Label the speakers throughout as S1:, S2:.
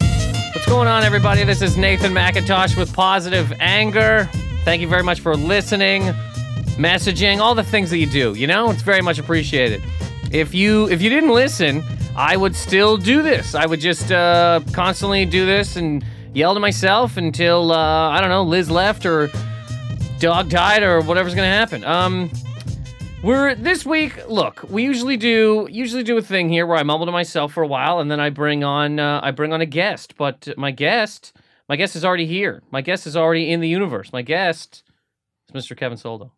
S1: What's going on, everybody? This is Nathan McIntosh with Positive Anger. Thank you very much for listening, messaging, all the things that you do. You know, it's very much appreciated. If you if you didn't listen, I would still do this. I would just uh, constantly do this and yell to myself until uh, I don't know Liz left or dog died or whatever's gonna happen. Um, we're this week. Look, we usually do usually do a thing here where I mumble to myself for a while, and then I bring on uh, I bring on a guest. But my guest, my guest is already here. My guest is already in the universe. My guest is Mr. Kevin Soldo.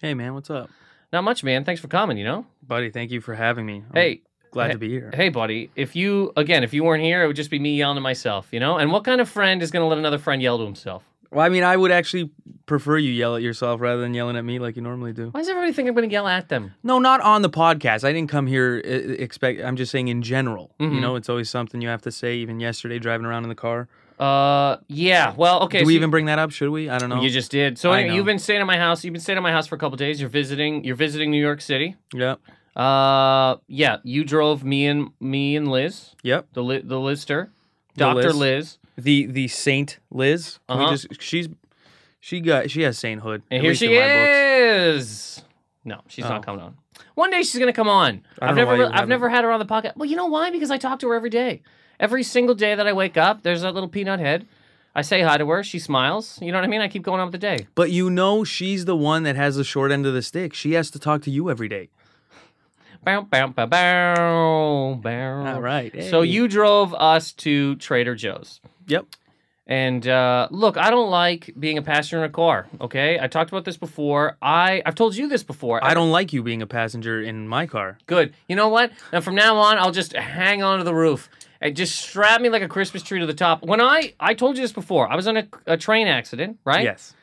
S2: Hey man, what's up,
S1: Not much, man. Thanks for coming. You know.
S2: buddy? Thank you for having me. I'm
S1: Hey,
S2: glad to be here.
S1: hey, buddy. If you again, if you weren't here, it would just be me yelling to myself. You know. And what kind of friend is gonna let another friend yell to himself?
S2: Well, I mean, I would actually prefer you yell at yourself rather than yelling at me like you normally do.
S1: Why does everybody think I'm gonna yell at them?
S2: No, not on the podcast. I didn't come here uh, expect. I'm just saying in general.
S1: Mhm.
S2: You know, it's always something you have to say. Even yesterday, driving around in the car.
S1: Uh, yeah. Well, okay.
S2: do
S1: so
S2: we
S1: you-
S2: even bring that up? Should we? I don't know.
S1: You just did. So
S2: Oh, I
S1: anyway,
S2: know.
S1: you've been staying at my house. You've been staying at my house for a couple days. You're visiting. You're visiting New York City.
S2: Yep.
S1: Uh, yeah. You drove me and me and Liz,
S2: Yep.
S1: the li- the Lister,
S2: The
S1: Doctor
S2: Liz.
S1: Liz.
S2: The the Saint Liz. Can we
S1: Uh-huh.
S2: just- she's she got she has sainthood.
S1: and
S2: at
S1: here
S2: least
S1: she
S2: in my books.
S1: is. No, she's
S2: Oh.
S1: not coming on. One day she's gonna come on.
S2: I
S1: I've
S2: don't know why
S1: never
S2: you
S1: re- I've
S2: haven't.
S1: never had her on the podcast. Well, you know why? Because I talk to her every day. Every single day that I wake up, there's that little peanut head. I say hi to her. She smiles. You know what I mean? I keep going on with the day.
S2: But you know, she's the one that has the short end of the stick. She has to talk to you every day.
S1: Bow, bow, bow, bow, bow.
S2: right.
S1: Oh. So
S2: hey.
S1: you drove us to Trader Joe's.
S2: Yep.
S1: And uh, look, I don't like being a passenger in a car. Okay, I talked about this before. I I've told you this before.
S2: I don't like you being a passenger in my car.
S1: Good. You know what? Now from now on, I'll just hang on to the roof and just strap me like a Christmas tree to the top. When I I told you this before, I was in a, a train accident, right?
S2: Yes.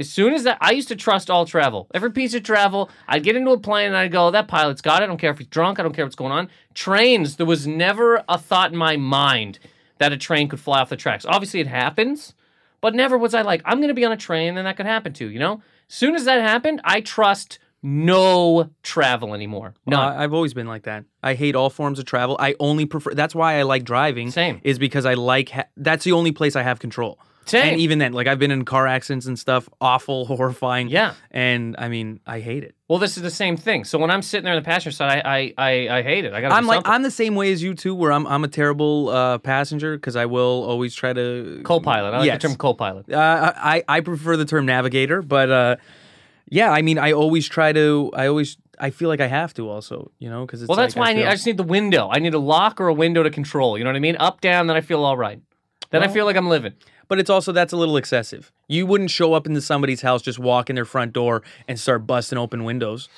S1: As soon as that, I used to trust all travel. Every piece of travel, I'd get into a plane and I'd go, that pilot's got it. I don't care if he's drunk. I don't care what's going on. Trains, there was never a thought in my mind that a train could fly off the tracks. Obviously, it happens, but never was I like, I'm going to be on a train and that could happen too, you know? Soon as that happened, I trust no travel anymore.
S2: No,
S1: None.
S2: I, I've always been like that. I hate all forms of travel. I only prefer. That's why I like driving.
S1: Same.
S2: Is because I like. Ha- that's the only place I have control.
S1: Same.
S2: And even then, like I've been in car accidents and stuff. Awful, horrifying.
S1: yeah.
S2: And I mean, I hate it.
S1: Well, this is the same thing. So when I'm sitting there in the passenger side, I I I, I hate it. I got.
S2: I'm like
S1: something.
S2: I'm the same way as you too. Where I'm I'm a terrible uh, passenger because I will always try to.
S1: co-pilot. I like
S2: Yes.
S1: the term co-pilot.
S2: Uh, I I prefer the term navigator, but uh, yeah, I mean, I always try to. I always I feel like I have to also, you know, because
S1: Well, that's
S2: like
S1: why I need.
S2: feel-
S1: I just need the window. I need a lock or a window to control. You know what I mean? Up, down. Then I feel all right. Then I
S2: Well-
S1: feel like I'm living.
S2: But it's also that's a little excessive. You wouldn't show up into somebody's house, just walk in their front door and start busting open windows.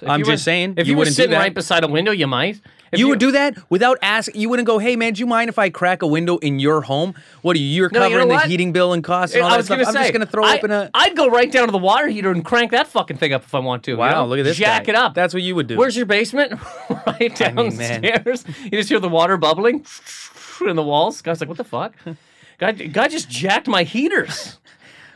S1: If
S2: I'm
S1: you
S2: just
S1: were-
S2: saying,
S1: If
S2: you,
S1: you, were
S2: wouldn't do
S1: sitting
S2: that.
S1: right beside a window, you might. If
S2: you, would do that without asking. You wouldn't go, "Hey man, do you mind if I crack a window in your home?" What are you? You're
S1: No, you know
S2: covering the
S1: what?
S2: heating bill and costs and all
S1: I
S2: that
S1: was
S2: stuff.
S1: gonna
S2: I'm
S1: say,
S2: just gonna throw
S1: I,
S2: open a.
S1: I'd go right down to the water heater and crank that fucking thing up if I want to. you
S2: Wow,
S1: know?
S2: look at this.
S1: Jack
S2: guy.
S1: it up.
S2: That's what you would do.
S1: Where's your basement? right
S2: I mean, man.
S1: downstairs. you just hear the water bubbling in the walls. Guy's like, what the fuck? God, God just jacked my heaters.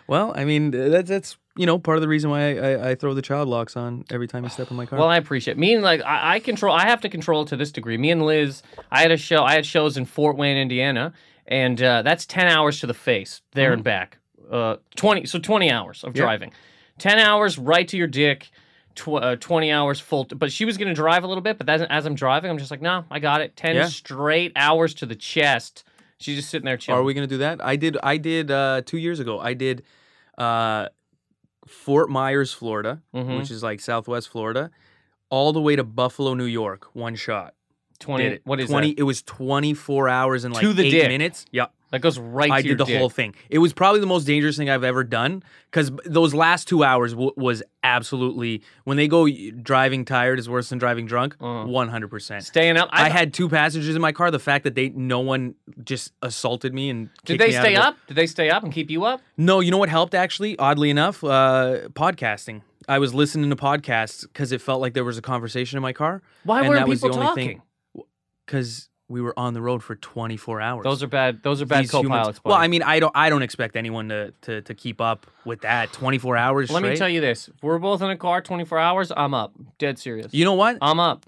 S2: well, I mean, that's that's you know part of the reason why I, I, I throw the child locks on every time you step in my car.
S1: Well, I appreciate. Me and like I, I control. I have to control to this degree. Me and Liz, I had a show. I had shows in Fort Wayne, Indiana, and uh, that's ten hours to the face there and back. Uh, twenty. So twenty hours of
S2: Mm-hmm. Yeah.
S1: driving. Ten hours right to your dick. Tw- uh, twenty hours full. but she was gonna drive a little bit. But that's, as I'm driving, I'm just like, no, I got it. Ten
S2: Yeah.
S1: straight hours to the chest. She's just sitting there chilling.
S2: Are we gonna do that? I did. I did uh, two years ago. I did uh, Fort Myers, Florida,
S1: Mhm.
S2: which is like Southwest Florida, all the way to Buffalo, New York. One shot.
S1: twenty?
S2: did it.
S1: What is
S2: twenty?
S1: that?
S2: It was twenty four hours and like
S1: To the
S2: eight
S1: dick.
S2: minutes. Yeah,
S1: That goes right.
S2: I
S1: to your
S2: did the
S1: dick.
S2: whole thing. It was probably the most dangerous thing I've ever done because those last two hours w- was absolutely when they go y- driving tired is worse than driving drunk.
S1: Uh-huh.
S2: One hundred percent.
S1: Staying up.
S2: I
S1: I,
S2: had two passengers in my car. The fact that they no one just assaulted me and
S1: Did
S2: kicked
S1: they
S2: me out of
S1: stay
S2: the-
S1: up? Did they stay up and keep you up?
S2: No, you know what helped actually? Oddly enough, uh, podcasting. I was listening to podcasts because it felt like there was a conversation in my car.
S1: Why
S2: and
S1: weren't
S2: that was the
S1: people
S2: only
S1: talking?
S2: thing. Because we were on the road for 24 hours.
S1: Those are bad. Those are bad co-pilots.
S2: Well, I
S1: buddy.
S2: mean, I don't, I don't expect anyone to, to, to keep up with that 24 hours.
S1: let me tell you this: if we're both in a car, 24 hours. I'm up, dead serious.
S2: You know what?
S1: I'm up.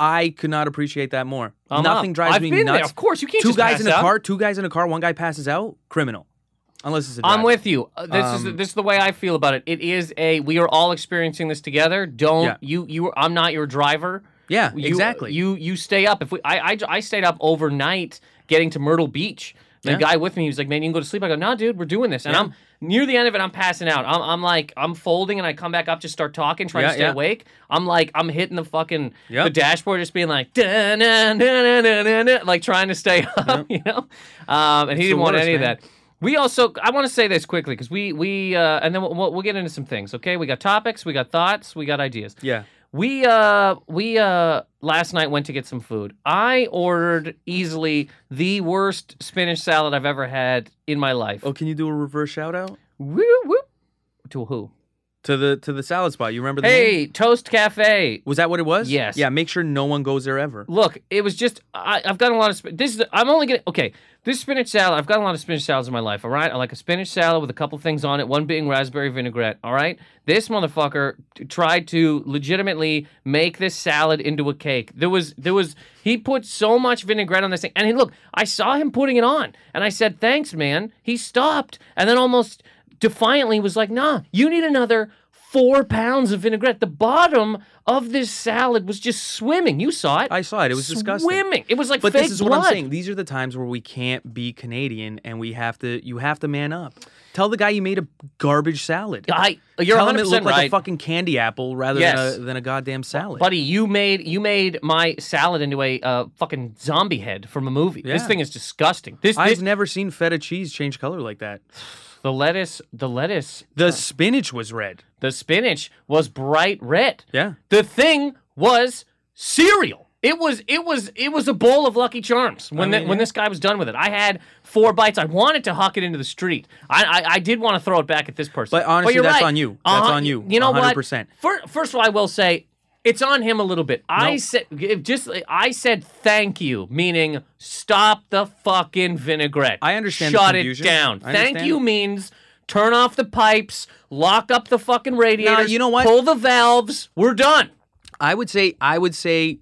S2: I could not appreciate that more.
S1: I'm
S2: Nothing
S1: up.
S2: drives
S1: Uh-huh. I've
S2: me
S1: been there.
S2: nuts.
S1: Of course, you can't
S2: Two
S1: just
S2: guys
S1: pass
S2: in a
S1: out.
S2: car, two guys in a car, one guy passes out, criminal. Unless it's a
S1: I'm
S2: driver.
S1: with you. Uh, This is
S2: Um,
S1: this is the way I feel about it. It is a we are all experiencing this together. Don't
S2: Yeah.
S1: you you I'm not your driver.
S2: Yeah,
S1: You-
S2: exactly.
S1: You you stay up. If we I I, I stayed up overnight getting to Myrtle Beach. The
S2: Yeah.
S1: guy with me he was like, "Man, you can go to sleep." I go, "No, dude, we're doing this." And I'm near the end of it. I'm passing out. I'm, I'm like, I'm folding, and I come back up, just start talking, trying to
S2: Yeah,
S1: stay
S2: yeah.
S1: awake. I'm like, I'm hitting the fucking the
S2: Yep.
S1: dashboard, just being like, "Da, na, na, na, na, na," like trying to stay up, you know. Um, and he
S2: It's
S1: didn't
S2: the
S1: want
S2: worst,
S1: any of
S2: man.
S1: that. We also, I want to say this quickly because we we uh, and then we'll, we'll we'll get into some things. Okay, we got topics, we got thoughts, we got ideas.
S2: yeah.
S1: We uh we uh last night went to get some food. I ordered easily the worst spinach salad I've ever had in my life.
S2: Oh, can you do a reverse shout out
S1: Woo woo. To who?
S2: to the to the salad spot? You remember the name?
S1: Hey, Toast Cafe.
S2: Was that what it was?
S1: Yes.
S2: Yeah, make sure no one goes there ever.
S1: Look, it was just I, I've gotten a lot of. Sp- this is I'm only gonna okay. This spinach salad I've gotten a lot of spinach salads in my life. All right, I like a spinach salad with a couple things on it. One being raspberry vinaigrette. All right, this motherfucker t- tried to legitimately make this salad into a cake. There was there was he put so much vinaigrette on this thing, and he look. I saw him putting it on, and I said thanks, man. He stopped, and then almost defiantly was like, Nah, you need another four pounds of vinaigrette. The bottom of this salad was just swimming. You saw it.
S2: I saw it. It was disgusting.
S1: Swimming. It was like
S2: But
S1: fake
S2: this is
S1: blood.
S2: what I'm saying. These are the times where we can't be Canadian and we have to you have to man up. Tell the guy you made a garbage salad.
S1: I, you're
S2: Tell
S1: 100
S2: him it
S1: percent
S2: looked
S1: right,
S2: like a fucking candy apple rather
S1: Yes.
S2: than a than a goddamn salad.
S1: buddy. You made you made my salad into a uh, fucking zombie head from a movie. This
S2: Yeah.
S1: thing is disgusting. This,
S2: I've
S1: this
S2: never seen feta cheese change color like that.
S1: the lettuce, the lettuce,
S2: The spinach was red.
S1: the spinach was bright red.
S2: Yeah.
S1: The thing was cereal. It was it was it was a bowl of Lucky Charms when
S2: mean,
S1: the- when
S2: Oh, yeah.
S1: this guy was done with it. I had four bites. I wanted to huck it into the street. I I, I did want to throw it back at this person.
S2: But honestly,
S1: you're right.
S2: that's on you. That's
S1: Uh-huh.
S2: on you.
S1: You know what?
S2: 100%.
S1: First, first of all, I will say it's on him a little bit. I
S2: Nope.
S1: said if just I said thank you, meaning stop the fucking vinaigrette.
S2: I understand the
S1: Shut it
S2: confusion.
S1: down.
S2: I
S1: Thank
S2: understand
S1: you
S2: it.
S1: means. Turn off the pipes, lock up the fucking radiators.
S2: you know what?
S1: Pull the valves. We're done.
S2: I would say I would say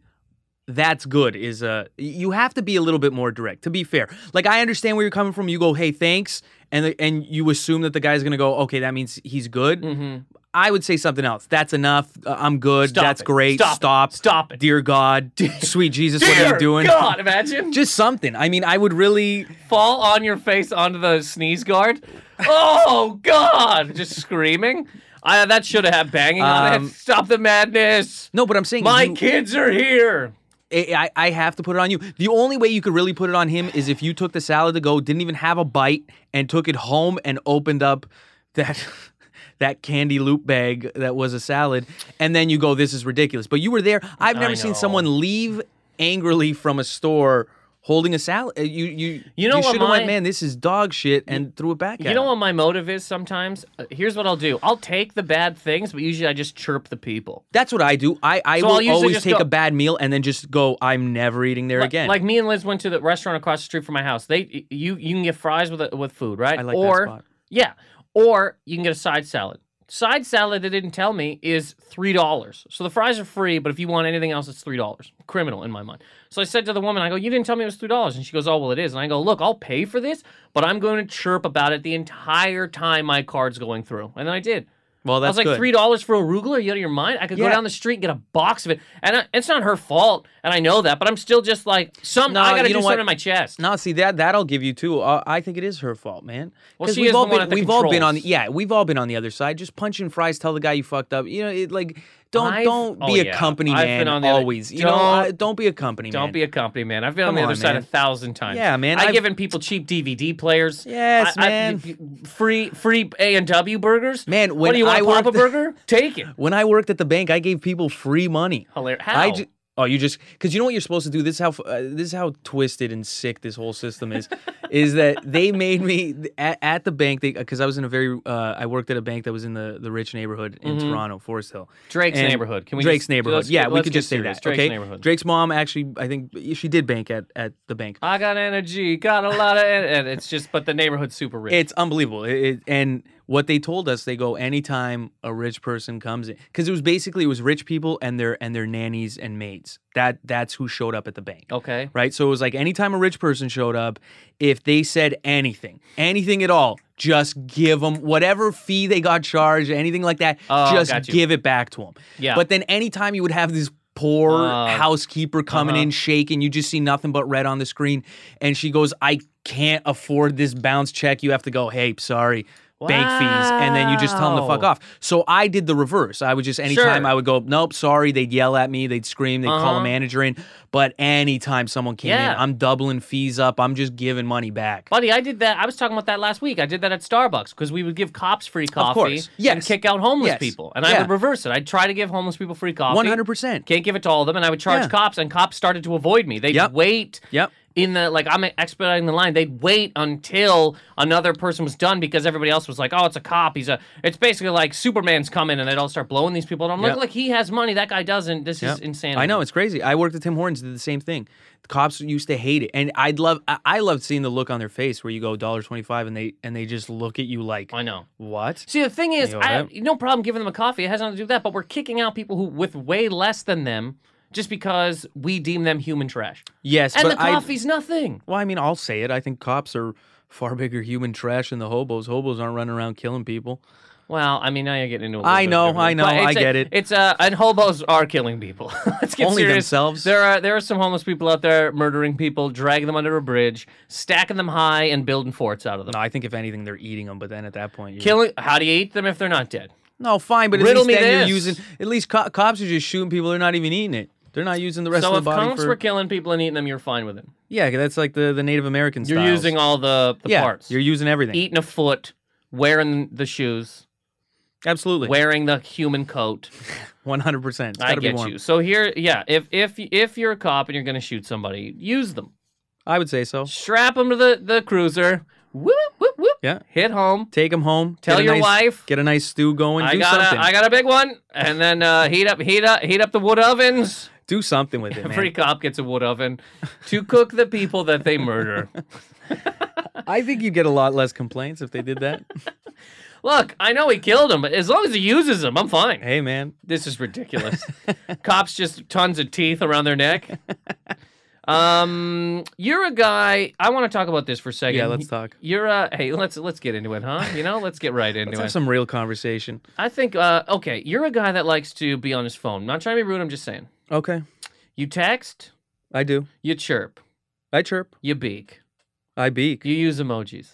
S2: that's good is uh you have to be a little bit more direct to be fair. Like I understand where you're coming from. You go, "Hey, thanks." And the- and you assume that the guy's going to go, "Okay, that means he's good." I would say something else. That's enough. Uh, I'm good.
S1: Mm-hmm. Stop
S2: that's
S1: it.
S2: great.
S1: Stop it.
S2: Stop.
S1: Stop it.
S2: Dear God. Sweet Jesus, what are
S1: Dear
S2: you doing?
S1: God, imagine.
S2: Just something. I mean, I would really
S1: fall on your face onto the sneeze guard. Oh God! Just screaming. I, that should have had banging on
S2: Um,
S1: it. Stop the madness.
S2: No, but I'm saying
S1: My
S2: you-
S1: kids are here.
S2: I, I I have to put it on you. The only way you could really put it on him is if you took the salad to go, didn't even have a bite, and took it home and opened up that that candy loop bag that was a salad, and then you go, this is ridiculous. But you were there. I've never
S1: know.
S2: seen someone leave angrily from a store holding a salad. Uh, You you
S1: You know what
S2: should have went,
S1: my-
S2: man, this is dog shit, and threw it back.
S1: You know what my motive is sometimes? Uh, here's what I'll do. I'll take the bad things, but usually I just chirp the people.
S2: That's what I do. I, I
S1: So I'll
S2: will
S1: usually
S2: always
S1: just
S2: take
S1: go-
S2: a bad meal and then just go, I'm never eating there
S1: Like-
S2: again.
S1: Like me and Liz went to the restaurant across the street from my house. They you you can get fries with a, with food, right?
S2: I like that
S1: or,
S2: spot.
S1: Yeah. Or you can get a side salad. Side salad they didn't tell me is three dollars. So the fries are free, but if you want anything else, it's three dollars. Criminal in my mind. So I said to the woman, I go, You didn't tell me it was three dollars. And she goes, Oh, well it is. And I go, Look, I'll pay for this, but I'm going to chirp about it the entire time my card's going through. And then I did.
S2: well,
S1: I
S2: that's
S1: was like
S2: good.
S1: three dollars for arugula. Are you out of your mind? I could go
S2: Yeah.
S1: down the street and get a box of it, and I, it's not her fault, and I know that. But I'm still just like some.
S2: No,
S1: I gotta
S2: you
S1: do
S2: know
S1: something
S2: what?
S1: in my chest.
S2: No, see that that I'll give you too. Uh, I think it is her fault, man.
S1: Well,
S2: 'Cause
S1: she is
S2: we've all
S1: the one
S2: been
S1: at the
S2: we've all been on the
S1: controls.
S2: yeah we've all been on the other side. Just punching fries, tell the guy you fucked up. You know, it, like don't
S1: I've-
S2: don't
S1: oh,
S2: be a
S1: yeah.
S2: company
S1: I've
S2: man
S1: been on the other-
S2: always. you know, I,
S1: Don't-
S2: don't be a company
S1: Don't
S2: man.
S1: be a company man. I've been on the
S2: Come
S1: other
S2: on,
S1: side a
S2: man.
S1: thousand times.
S2: Yeah, man,
S1: I've,
S2: I've-
S1: given people cheap DVD players.
S2: Yes,
S1: I- I-
S2: man.
S1: y- y- free free A and W burgers.
S2: Man,
S1: what
S2: when
S1: do you
S2: I
S1: want? Papa
S2: worked-
S1: burger? Take it.
S2: when I worked at the bank, I gave people free money.
S1: Hilarious.
S2: I
S1: How?
S2: ju- oh, you just because you know what you're supposed to do. This is how f- uh, this is how twisted and sick this whole system is. is that they made me th- at, at the bank because I was in a very uh, I worked at a bank that was in the the rich neighborhood in
S1: Mm-hmm.
S2: Toronto, Forest Hill,
S1: Drake's
S2: And
S1: neighborhood. Can we
S2: Drake's
S1: just-
S2: neighborhood?
S1: let's-
S2: yeah, we
S1: let's
S2: could
S1: get
S2: just say
S1: serious.
S2: that.
S1: Drake's
S2: okay,
S1: neighborhood.
S2: Drake's mom actually, I think she did bank at at the bank.
S1: I got energy. Got a lot of, and it's just, but the neighborhood's super rich.
S2: It's unbelievable. It, it- and what they told us they go anytime a rich person comes in because it was basically it was rich people and their and their nannies and maids that that's who showed up at the bank
S1: Okay.
S2: right so it was like anytime a rich person showed up if they said anything anything at all just give them whatever fee they got charged anything like that
S1: Oh,
S2: just
S1: got you.
S2: give it back to them
S1: Yeah.
S2: but then anytime you would have this poor
S1: Uh,
S2: housekeeper coming
S1: uh-huh.
S2: in shaking, you just see nothing but red on the screen. And she goes, I can't afford this bounce check. You have to go, hey, sorry. Bank fees, and then you just tell them to fuck
S1: Wow.
S2: off. So I did the reverse. I would just anytime
S1: Sure.
S2: I would go, nope, sorry. They'd yell at me, they'd scream, they'd call
S1: Uh-huh.
S2: a manager in. But anytime someone came
S1: Yeah.
S2: in, I'm doubling fees up. I'm just giving money back.
S1: Buddy, I did that. I was talking about that last week. I did that at Starbucks because we would give cops free coffee
S2: course. Yes.
S1: and kick out homeless
S2: Yes.
S1: people. And I
S2: Yeah.
S1: would reverse it. I'd try to give homeless people free coffee.
S2: One hundred percent.
S1: Can't give it to all of them. And I would charge
S2: Yeah.
S1: cops, and cops started to avoid me. They'd
S2: Yep.
S1: wait.
S2: Yep.
S1: In the like, I'm expediting the line. They'd wait until another person was done because everybody else was like, "Oh, it's a cop. He's a." It's basically like Superman's coming, and they'd all start blowing these people. And I'm like,
S2: Yep.
S1: "Look, he has money. That guy doesn't. This is
S2: Yeah.
S1: insanity."
S2: I know it's crazy. I worked at Tim Hortons, did the same thing. The cops used to hate it, and I'd love. I, I loved seeing the look on their face where you go dollar twenty five, and they and they just look at you like
S1: I know.
S2: what?
S1: See, the thing is,
S2: You know
S1: I,
S2: what?
S1: no problem giving them a coffee. It has nothing to do with that. But we're kicking out people who with way less than them just because we deem them human trash.
S2: Yes,
S1: And
S2: but
S1: the
S2: I-
S1: coffee's nothing.
S2: Well, I mean, I'll say it. I think cops are far bigger human trash than the hobos. Hobos aren't running around killing people.
S1: Well, I mean, now you're getting into a little
S2: I
S1: bit
S2: know,
S1: different-
S2: I know,
S1: but it's
S2: I
S1: a-
S2: get it.
S1: It's uh, and hobos are killing people. Let's get
S2: Only
S1: serious.
S2: themselves.
S1: There are there are some homeless people out there murdering people, dragging them under a bridge, stacking them high, and building forts out of them.
S2: No, I think if anything, they're eating them. But then at that point, you're
S1: Killing. How do you eat them if they're not dead?
S2: no fine. But at
S1: Riddle
S2: least
S1: me
S2: then you're
S1: this.
S2: using. At least co- cops are just shooting people. They're not even eating it. They're not using the rest
S1: so
S2: of
S1: if
S2: the body
S1: cops
S2: for.
S1: were killing people and eating them, you're fine with it.
S2: yeah, that's like the the Native American.
S1: You're
S2: styles.
S1: using all the, the
S2: yeah,
S1: parts.
S2: You're using everything.
S1: eating a foot, wearing the shoes,
S2: Absolutely.
S1: wearing the human coat.
S2: One hundred percent.
S1: I get you. So here, yeah, if if if you're a cop and you're gonna shoot somebody, use them.
S2: I would say so.
S1: Strap them to the the cruiser. Whoop whoop whoop.
S2: Yeah.
S1: Hit home.
S2: Take them home.
S1: Tell
S2: get a
S1: your
S2: nice-
S1: wife.
S2: Get a nice stew going.
S1: I
S2: do
S1: got
S2: something.
S1: a I got a big one, and then uh, heat up heat up heat up the wood ovens.
S2: do something with it, man.
S1: Every cop gets a wood oven to cook the people that they murder.
S2: I think you'd get a lot less complaints if they did that.
S1: Look, I know he killed him, but as long as he uses them, I'm fine.
S2: hey, man.
S1: This is ridiculous. Cops just tons of teeth around their neck. Um, you're a guy. I want to talk about this for a second.
S2: Yeah, let's talk.
S1: You're a hey. Let's let's get into it, huh? You know, let's get right into
S2: Let's
S1: it.
S2: have some real conversation.
S1: I think. Uh, okay, you're a guy that likes to be on his phone. not trying to be rude. I'm just saying.
S2: Okay,
S1: You text.
S2: I do.
S1: You chirp.
S2: I chirp.
S1: You beak.
S2: I beak.
S1: You use emojis.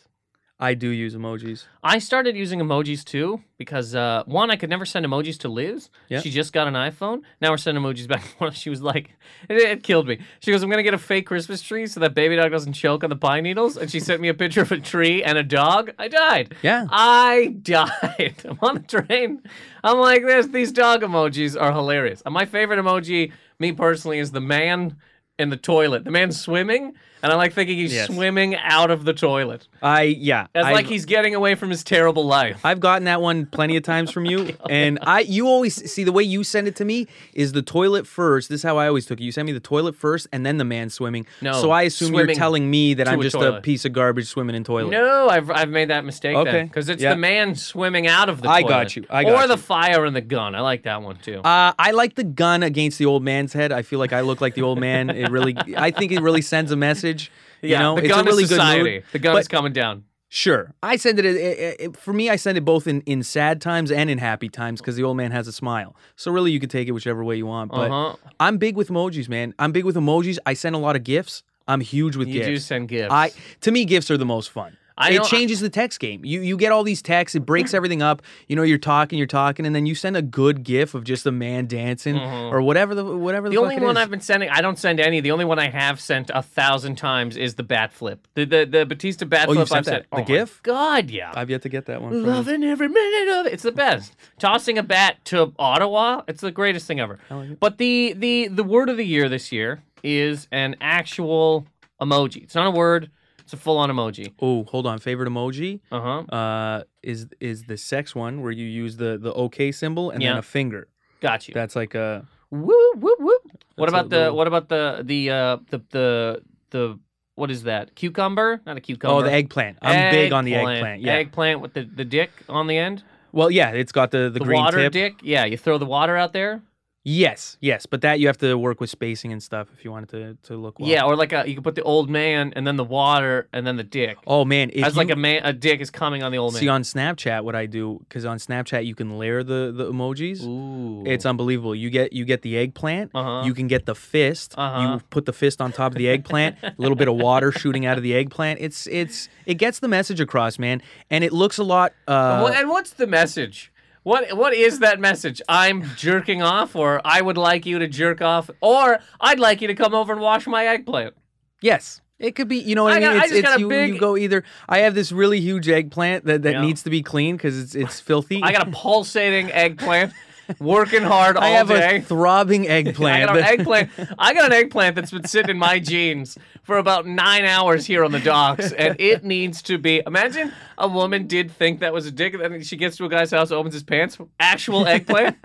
S2: I do use emojis.
S1: I started using emojis too because uh, one, I could never send emojis to Liz.
S2: Yeah.
S1: She just got an iPhone. Now we're sending emojis back and forth. She was like, it, it killed me. She goes, I'm gonna get a fake Christmas tree so that baby dog doesn't choke on the pine needles. And she sent me a picture of a tree and a dog. I died.
S2: Yeah.
S1: I died. I'm on the train. I'm like, this. These dog emojis are hilarious. And my favorite emoji, me personally, is the man. In the toilet, the man's swimming, and I like thinking he's
S2: Yes.
S1: swimming out of the toilet.
S2: I yeah.
S1: That's
S2: I,
S1: like he's getting away from his terrible life.
S2: I've gotten that one plenty of times from you, and I you always see the way you send it to me is the toilet first. This is how I always took it. You send me the toilet first, and then the man swimming.
S1: No,
S2: so I assume you're
S1: swimming
S2: telling me that
S1: to
S2: I'm
S1: a
S2: just a
S1: toilet.
S2: piece of garbage swimming in toilet.
S1: No, I've, I've made that mistake
S2: Okay,
S1: because it's
S2: yeah.
S1: the man swimming out of the
S2: I
S1: toilet.
S2: got you, I got
S1: or the
S2: you.
S1: fire and the gun. I like that one too.
S2: Uh, I like the gun against the old man's head. I feel like I look like the old man. It really, I think it really sends a message. You
S1: yeah,
S2: know,
S1: the
S2: it's
S1: gun
S2: a really
S1: is
S2: good mood.
S1: society. The gun
S2: But-
S1: is coming down.
S2: Sure, I send it, it, it- it- For me, I send it both in, in sad times and in happy times because the old man has a smile. So really, you can take it whichever way you want. But
S1: Uh-huh.
S2: I'm big with emojis, man. I'm big with emojis. I send a lot of gifts. I'm huge with
S1: You
S2: gifts.
S1: do send gifts.
S2: I to me, gifts are the most fun.
S1: I
S2: it
S1: don't-
S2: changes the text game. You you get all these texts. It breaks everything up. You know, you're talking, you're talking, and then you send a good gif of just a man dancing or whatever the whatever
S1: Mm-hmm. the
S2: the, fuck
S1: only
S2: it
S1: one
S2: is.
S1: I've been sending, I don't send any. The only one I have sent a thousand times is the bat flip. The the, the Batista bat
S2: Oh, you
S1: flip.
S2: sent
S1: I've
S2: that.
S1: sent.
S2: The
S1: oh my
S2: GIF?
S1: God, yeah.
S2: I've yet to get that one. From you.
S1: Loving every minute of it. It's the best. Tossing a bat to Ottawa, it's the greatest thing ever.
S2: like it.
S1: But the the the word of the year this year is an actual emoji. It's not a word. It's a full on emoji.
S2: Oh, hold on. Favorite emoji
S1: Uh huh.
S2: uh, is is the sex one where you use the the OK symbol and
S1: Yeah.
S2: then a finger.
S1: Got you.
S2: That's like a
S1: woo woo woo. What
S2: That's
S1: about
S2: a
S1: the
S2: little-
S1: what about the the uh the the the what is that? Cucumber? Not a cucumber.
S2: Oh, the eggplant. I'm big on the eggplant. Yeah.
S1: Eggplant with the, the dick on the end.
S2: Well, yeah, it's got the, the,
S1: The,
S2: green
S1: water
S2: tip.
S1: dick. Yeah, you throw the water out there.
S2: Yes, yes, but that you have to work with spacing and stuff if you want it to, to look well.
S1: Yeah, or like a you can put the old man and then the water and then the dick.
S2: Oh man, if
S1: As like
S2: you-
S1: a man a dick is coming on the old
S2: see
S1: man.
S2: on Snapchat what I do because on Snapchat you can layer the the emojis.
S1: Ooh.
S2: It's unbelievable. You get you get the eggplant.
S1: Uh-huh.
S2: You can get the fist.
S1: Uh-huh.
S2: You put the fist on top of the eggplant. a little bit of water shooting out of the eggplant. It's it's it gets the message across, man. And it looks a lot. Uh,
S1: Well, and what's the message? What what is that message? I'm jerking off, or I would like you to jerk off, or I'd like you to come over and wash my eggplant.
S2: Yes. It could be, you know what
S1: I
S2: I,
S1: got-
S2: mean?
S1: I
S2: It's,
S1: just
S2: it's
S1: got a
S2: you,
S1: big-
S2: you go either. I have this really huge eggplant that, that
S1: Yeah.
S2: needs to be cleaned because it's it's filthy.
S1: I got a pulsating eggplant, working hard all
S2: I have
S1: day.
S2: a throbbing
S1: I
S2: eggplant.
S1: got an
S2: that-
S1: eggplant. I got an eggplant that's been sitting in my jeans for about nine hours here on the docks, and it needs to be. Imagine a woman did think that was a dick, and then she gets to a guy's house, opens his pants, actual eggplant.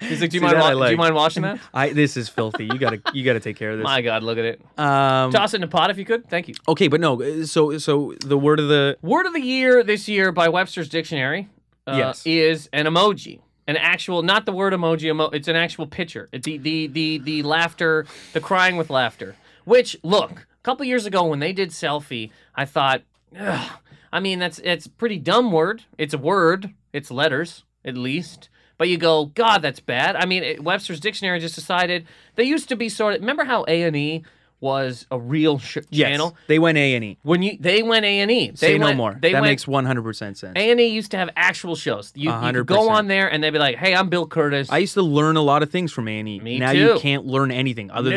S1: He's like, "Do you
S2: See,
S1: mind?
S2: that
S1: Wa-
S2: I
S1: Do you
S2: like.
S1: mind washing that?"
S2: I this is filthy. You gotta you gotta take care of this.
S1: My God, look at it.
S2: Um,
S1: Toss it in a pot if you could. Thank you.
S2: okay, but no. uh, So so the word of the
S1: Word of the year this year by Webster's Dictionary uh,
S2: Yes.
S1: is an emoji. An actual, not the word emoji. Emo- it's an actual picture. It, the the the the laughter, the crying with laughter. Which look, a couple years ago when they did selfie, I thought, Ugh, I mean that's it's a pretty dumb word. It's a word. It's letters at least. But you go, God, that's bad. I mean, it, Webster's Dictionary just decided they used to be sort of. Remember how A and E was a real sh-
S2: yes,
S1: channel?
S2: they went A and E.
S1: when you they went A and E.
S2: Say
S1: they
S2: no
S1: went,
S2: more.
S1: They
S2: that
S1: went,
S2: makes one hundred percent sense.
S1: A and E used to have actual shows. You, you could
S2: 100%.
S1: go on there and they'd be like, "Hey, I'm Bill Curtis."
S2: I used to learn a lot of things from A and E.
S1: Me
S2: Now
S1: too.
S2: you can't learn anything other
S1: No.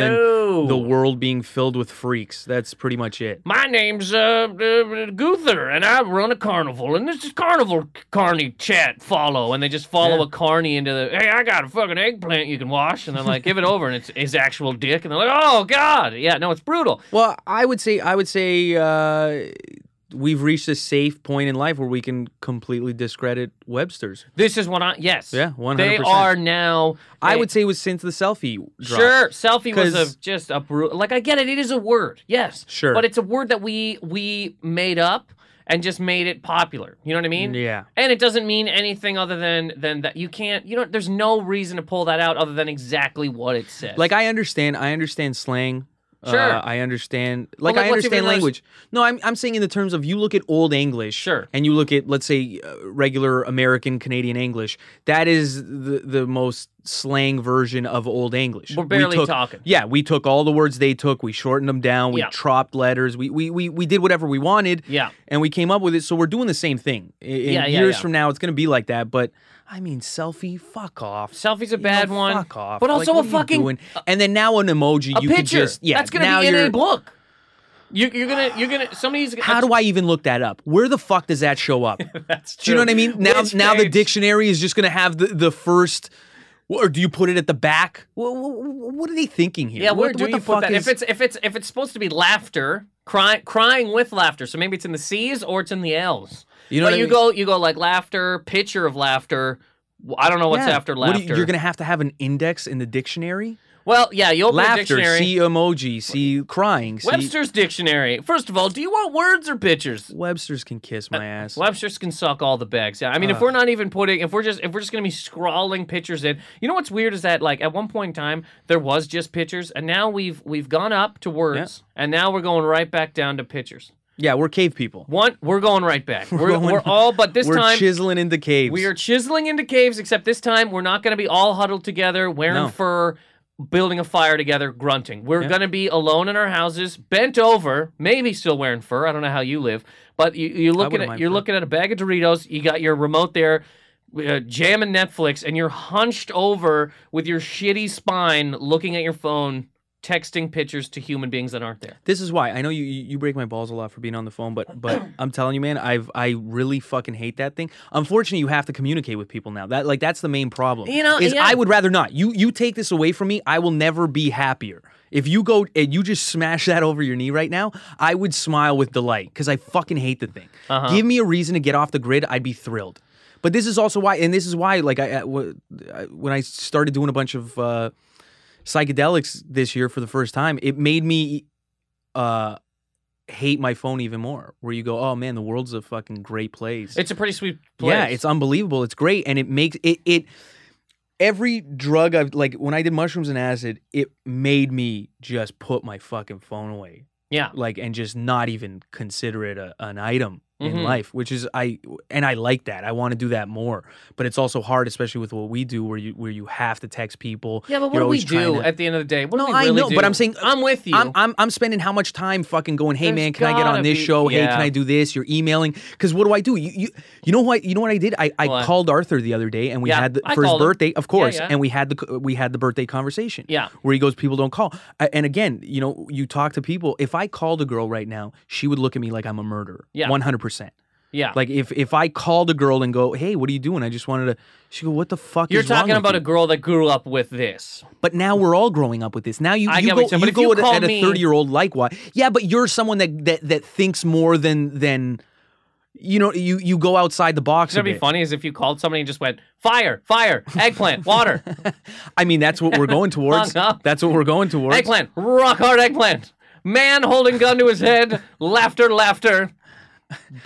S2: than the world being filled with freaks. That's pretty much it.
S1: My name's uh, uh Guther, and I run a carnival, and this is carnival carny chat follow, and they just follow
S2: Yeah.
S1: a carny into the. Hey, I got a fucking eggplant you can wash, and they're like, "Give it over," and it's his actual dick, and they're like, "Oh God, yeah, no, it's brutal."
S2: Well, I would say I would say uh, we've reached a safe point in life where we can completely discredit Webster's.
S1: This is what I yes,
S2: Yeah, one
S1: They
S2: hundred
S1: are now.
S2: I
S1: they-
S2: would say it was since the selfie. Drop.
S1: Sure, selfie was a,
S2: 'Cause-
S1: just a brutal. Like I get it, it is a word, yes.
S2: Sure.
S1: but it's a word that we we made up and just made it popular. You know what I mean?
S2: Yeah.
S1: And it doesn't mean anything other than than that you can't. You know, there's no reason to pull that out other than exactly what it says.
S2: Like I understand. I understand slang.
S1: Sure.
S2: Uh, I understand. Like,
S1: like,
S2: I
S1: what's even
S2: understand
S1: those-
S2: language. No, I'm I'm saying in the terms of you look at old English.
S1: Sure.
S2: And you look at let's say uh, regular American Canadian English. That is the the most slang version of old English.
S1: we're
S2: We
S1: barely
S2: took-
S1: talking.
S2: Yeah, we took all the words they took. We shortened them down. We
S1: Yeah.
S2: chopped letters. We, we we we did whatever we wanted,
S1: Yeah.
S2: and we came up with it. So we're doing the same thing. I- In
S1: Yeah, yeah,
S2: years
S1: yeah.
S2: from now, it's gonna be like that. But I mean, selfie, fuck off.
S1: Selfie's a
S2: You know,
S1: bad one.
S2: Oh, Fuck off.
S1: But
S2: Like,
S1: also
S2: what
S1: a
S2: are you
S1: fucking
S2: doing? and then now an emoji.
S1: a
S2: you could
S1: picture.
S2: just yeah.
S1: That's gonna
S2: now
S1: be in
S2: you're-
S1: a book. You, you're gonna you're gonna somebody's gonna.
S2: How do I even look that up? Where the fuck does that show up?
S1: that's
S2: Do you know
S1: true.
S2: what I mean? Now,
S1: Which
S2: now the
S1: page?
S2: dictionary is just gonna have the, the first, or do you put it at the back? What, what are they thinking here?
S1: Yeah,
S2: what,
S1: where
S2: what
S1: do
S2: the
S1: you put
S2: fuck
S1: that?
S2: is-
S1: If it's if it's if it's supposed to be laughter, crying crying with laughter. So maybe it's in the C's or it's in the L's.
S2: You know
S1: but
S2: what I
S1: you
S2: mean?
S1: go you go like laughter, picture of laughter. W- I don't know what's
S2: Yeah.
S1: after
S2: What do
S1: laughter.
S2: you, are gonna have to have an index in the dictionary.
S1: well, yeah, you open the
S2: Laughter.
S1: dictionary.
S2: See emoji. See crying. See
S1: Webster's dictionary. First of all, do you want words or pictures?
S2: Webster's can kiss
S1: Uh,
S2: my ass.
S1: Webster's can suck all the bags. Yeah, I mean, if
S2: Ugh.
S1: we're not even putting, if we're just, if we're just gonna be scrawling pictures in, you know what's weird is that like at one point in time there was just pictures, and now we've we've gone up to words, and now we're going right back down to pictures.
S2: yeah, we're cave people.
S1: One, we're going right back. We're, we're,
S2: going-
S1: all, but this
S2: we're
S1: time
S2: chiseling into caves.
S1: we are chiseling into caves. Except this time, we're not going to be all huddled together, wearing
S2: No.
S1: fur, building a fire together, grunting. We're
S2: Yeah.
S1: going to be alone in our houses, bent over, maybe still wearing fur. I don't know how you live, but you, you're looking
S2: wouldn't
S1: at
S2: mind
S1: you're
S2: fur.
S1: looking at a bag of Doritos. You got your remote there. Uh, jamming Netflix, and you're hunched over with your shitty spine, looking at your phone, texting pictures to human beings that aren't there.
S2: This is why I know you you you break my balls a lot for being on the phone, but but I'm telling you, man, I've I really fucking hate that thing. Unfortunately, you have to communicate with people now. That like that's the main problem.
S1: You know,
S2: is
S1: yeah.
S2: I would rather not. You you take this away from me, I will never be happier. If you go and you just smash that over your knee right now, I would smile with delight because I fucking hate the thing.
S1: Uh-huh.
S2: Give me a reason to get off the grid, I'd be thrilled. But this is also why, and this is why, like I, I when I started doing a bunch of. Uh, psychedelics this year for the first time, it made me uh hate my phone even more. Where you go, oh man, the world's a fucking great place.
S1: It's a pretty sweet place.
S2: Yeah, it's unbelievable. It's great, and it makes it it. Every drug I've like when I did mushrooms and acid, it made me just put my fucking phone away,
S1: yeah.
S2: like and just not even consider it a, an item
S1: Mhm.
S2: in life, which is I and I like that. I want to do that more, but it's also hard, especially with what we do, where you where you have to text people.
S1: Yeah, but what
S2: You're
S1: do we
S2: always trying
S1: do
S2: to-
S1: at the end of the day? What
S2: No,
S1: do we
S2: I
S1: really
S2: know, but
S1: do?
S2: I'm saying-
S1: I'm with you.
S2: I'm, I'm I'm spending how much time fucking going, hey
S1: There's
S2: man, can I get on
S1: gotta
S2: this
S1: be-
S2: show? Hey,
S1: yeah.
S2: can I do this? You're emailing. Because what do I do? You you, you know what? You know what I did? I, I
S1: What?
S2: called Arthur the other day, and we
S1: Yeah,
S2: had the
S1: I
S2: for his
S1: called him.
S2: birthday, of course,
S1: yeah.
S2: and we had the c- we had the birthday conversation.
S1: Yeah.
S2: where he goes, people don't call. I, and again, you know, you talk to people. If I called a girl right now, she would look at me like I'm a murderer.
S1: Yeah.
S2: one hundred percent.
S1: yeah.
S2: Like if if I called a girl and go, hey, what are you doing? I just wanted to. She go, what the fuck?
S1: You're
S2: is wrong
S1: talking
S2: with
S1: about
S2: you?
S1: a girl that grew up with this.
S2: But now we're all growing up with this. Now you,
S1: I
S2: you
S1: get
S2: go,
S1: what you're saying,
S2: you
S1: but if
S2: go
S1: you
S2: at, a-
S1: call
S2: at
S1: me-
S2: a thirty year old likewise. Yeah, but you're someone that, that that thinks more than than you know. You you go outside the box.
S1: It's gonna be
S2: a bit.
S1: funny is if you called somebody and just went fire, fire, eggplant, water,
S2: I mean, that's what we're going towards.
S1: Hung up.
S2: that's what we're going towards.
S1: eggplant, rock hard eggplant, man holding gun to his head, laughter, laughter,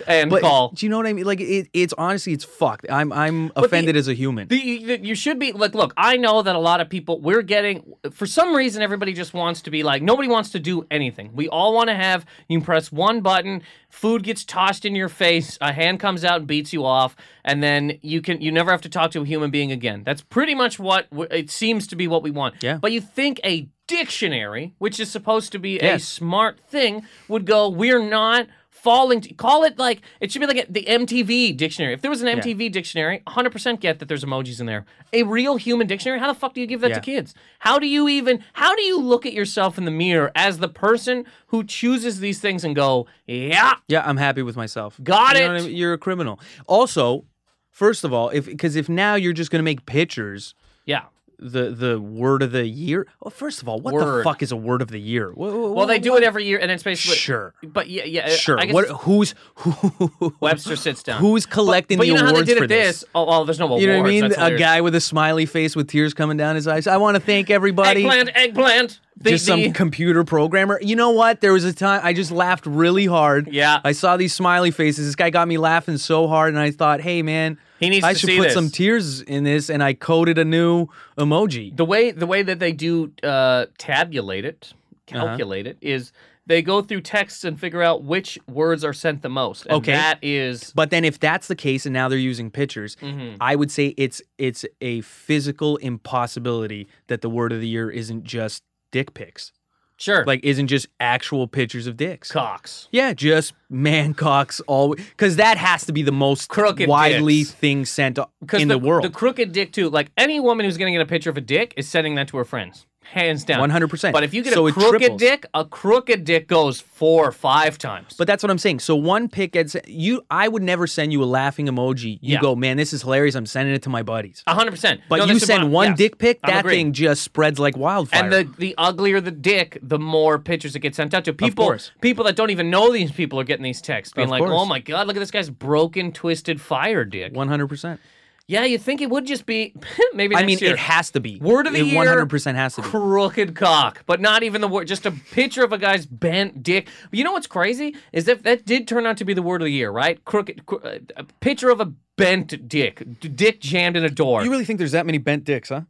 S1: and
S2: But
S1: call.
S2: do you know what I mean? Like it, it's honestly, it's fucked. I'm I'm offended as a human.
S1: The, you you should be like, look, I know that a lot of people we're getting for some reason everybody just wants to be like nobody wants to do anything. We all want to have you press one button, food gets tossed in your face, a hand comes out and beats you off, and then you can you never have to talk to a human being again. That's pretty much what w- it seems to be what we want.
S2: Yeah.
S1: But you think a dictionary, which is supposed to be a
S2: Yes.
S1: smart thing, would go, we're not falling to call it like it should be like a, the MTV dictionary. If there was an MTV dictionary, 100% get that there's emojis in there. A real human dictionary, how the fuck do you give that to
S2: Yeah.
S1: kids? How do you even how do you look at yourself in the mirror as the person who chooses these things and go, "Yeah,
S2: yeah, I'm happy with myself.
S1: Got
S2: You know
S1: it.
S2: what I mean? You're a criminal. Also, first of all, if because if now you're just gonna make pictures.
S1: yeah."
S2: the the word of the year. Well, first of all, what
S1: Word.
S2: the fuck is a word of the year?
S1: Well, they do it every year and it's basically
S2: Sure,
S1: But yeah, yeah,
S2: sure.
S1: I guess
S2: What
S1: it's-
S2: who's who?
S1: Webster sits down.
S2: Who's collecting
S1: but you
S2: the
S1: know how
S2: awards
S1: they did
S2: for
S1: it this? Oh, well, there's no awards.
S2: You know what I mean?
S1: That's
S2: A
S1: hilarious.
S2: guy with a smiley face with tears coming down his eyes. I want to thank everybody.
S1: Eggplant, eggplant. The,
S2: just
S1: the-
S2: some computer programmer. You know what? There was a time I just laughed really hard.
S1: Yeah.
S2: I saw these smiley faces. This guy got me laughing so hard, and I thought, hey man,
S1: He needs
S2: I
S1: to
S2: should
S1: see
S2: put
S1: this.
S2: some tears in this, and I coded a new emoji.
S1: the way the way that they do uh, tabulate it,
S2: Uh-huh.
S1: calculate it, is they go through texts and figure out which words are sent the most. And
S2: Okay.
S1: that is
S2: But then if that's the case and now they're using pictures,
S1: Mm-hmm.
S2: I would say it's it's a physical impossibility that the word of the year isn't just dick pics.
S1: sure
S2: Like isn't just actual pictures of dicks.
S1: Cox.
S2: yeah, just man cocks all cuz that has to be the most
S1: Crooked
S2: widely
S1: dicks.
S2: thing sent o-
S1: 'Cause
S2: in the, world.
S1: the crooked dick too. Like any woman who's going to get a picture of a dick is sending that to her friends, hands down,
S2: 100%.
S1: But if you get
S2: So
S1: a
S2: it
S1: crooked
S2: triples.
S1: dick, a crooked dick goes four or five times.
S2: But that's what I'm saying. So one pic gets you I would never send you a laughing emoji. You
S1: Yeah.
S2: go, "Man, this is hilarious. I'm sending it to my buddies."
S1: hundred percent.
S2: But you send one dick pic,
S1: I'm
S2: that
S1: agreeing.
S2: thing just spreads like wildfire.
S1: And the, the uglier the dick, the more pictures it gets sent out to. People
S2: course.
S1: people that don't even know these people are getting these texts, being
S2: Of
S1: like,
S2: course.
S1: "Oh my god, look at this guy's broken, twisted fire dick."
S2: 100%.
S1: Yeah, you think it would just be maybe.
S2: I
S1: next
S2: mean,
S1: year.
S2: it has to be.
S1: Word of the
S2: it
S1: year,
S2: 100% has to be.
S1: crooked cock, but not even the word. Just a picture of a guy's bent dick. You know what's crazy is that that did turn out to be the word of the year, right? Crooked, cro- uh, a picture of a bent dick, D- dick jammed in a door.
S2: really think there's that many bent dicks, huh?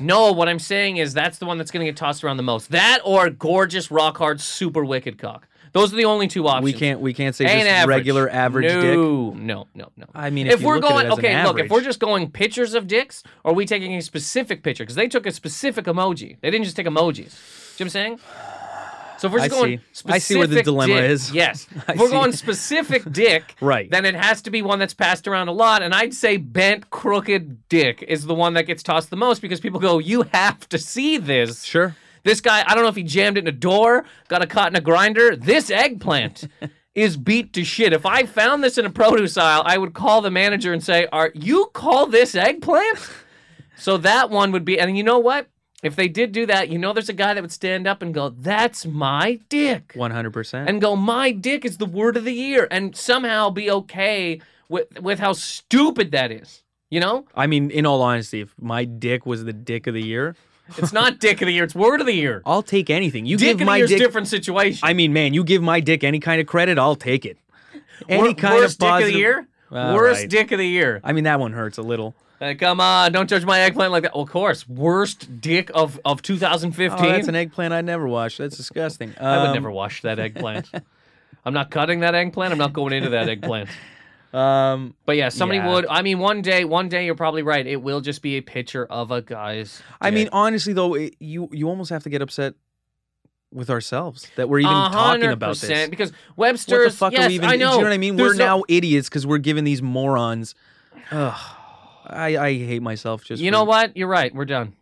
S1: No, what I'm saying is that's the one that's going to get tossed around the most. That or gorgeous, rock hard, super wicked cock. Those are the only two options.
S2: We can't we can't say
S1: Ain't
S2: just
S1: average.
S2: regular average dick.
S1: no, No, no, no.
S2: I mean,
S1: if,
S2: if you
S1: we're
S2: look at it
S1: going,
S2: as an
S1: okay, look, if
S2: average.
S1: we're just going pictures of dicks, are we taking a specific picture? Because they took a specific emoji. They didn't just take emojis. See what I'm saying? So if we're
S2: I
S1: just going
S2: see.
S1: specific
S2: I see where the dilemma
S1: dick-
S2: is.
S1: Yes.
S2: I
S1: if we're
S2: see.
S1: going specific dick,
S2: Right.
S1: then it has to be one that's passed around a lot. And I'd say bent, crooked dick is the one that gets tossed the most because people go, you have to see this.
S2: Sure.
S1: This guy, I don't know if he jammed it in a door, got a caught in a grinder. This eggplant is beat to shit. If I found this in a produce aisle, I would call the manager and say, "Are you call this eggplant?" so that one would be. And you know what? If they did do that, you know, there's a guy that would stand up and go, "That's my dick,"
S2: 100%.
S1: and go, "My dick is the word of the year," and somehow be okay with with how stupid that is. You know?
S2: I mean, in all honesty, if my dick was the dick of the year,
S1: It's not dick of the year. It's word of the year.
S2: I'll take anything. You
S1: Dick
S2: give
S1: of the
S2: my
S1: year's
S2: dick.
S1: different situation.
S2: I mean, man, you give my dick any kind of credit, I'll take it. Any
S1: Wor-
S2: kind
S1: worst
S2: of
S1: dick
S2: positive.
S1: of the year.
S2: All
S1: worst
S2: right.
S1: dick of the year.
S2: I mean, that one hurts a little.
S1: Uh, come on, don't judge my eggplant like that. Well, of course, worst dick of of 2015.
S2: Oh, that's an eggplant I'd never wash. That's disgusting.
S1: I would
S2: Um,
S1: never wash that eggplant. I'm not cutting that eggplant. I'm not going into that eggplant.
S2: Um,
S1: But yeah, somebody
S2: Yeah.
S1: would. I mean, one day, one day, you're probably right. It will just be a picture of a guy's.
S2: I mean,
S1: dick.
S2: honestly, though, it, you you almost have to get upset with ourselves that we're even
S1: A
S2: talking
S1: hundred
S2: about this.
S1: percent, because
S2: What the
S1: Webster's.
S2: fuck
S1: yes,
S2: are we even?
S1: I
S2: do
S1: know.
S2: you know what I mean?
S1: There's
S2: we're
S1: no-
S2: now idiots because we're giving these morons. Ugh, I I hate myself just.
S1: You
S2: for-
S1: know what? You're right. We're done.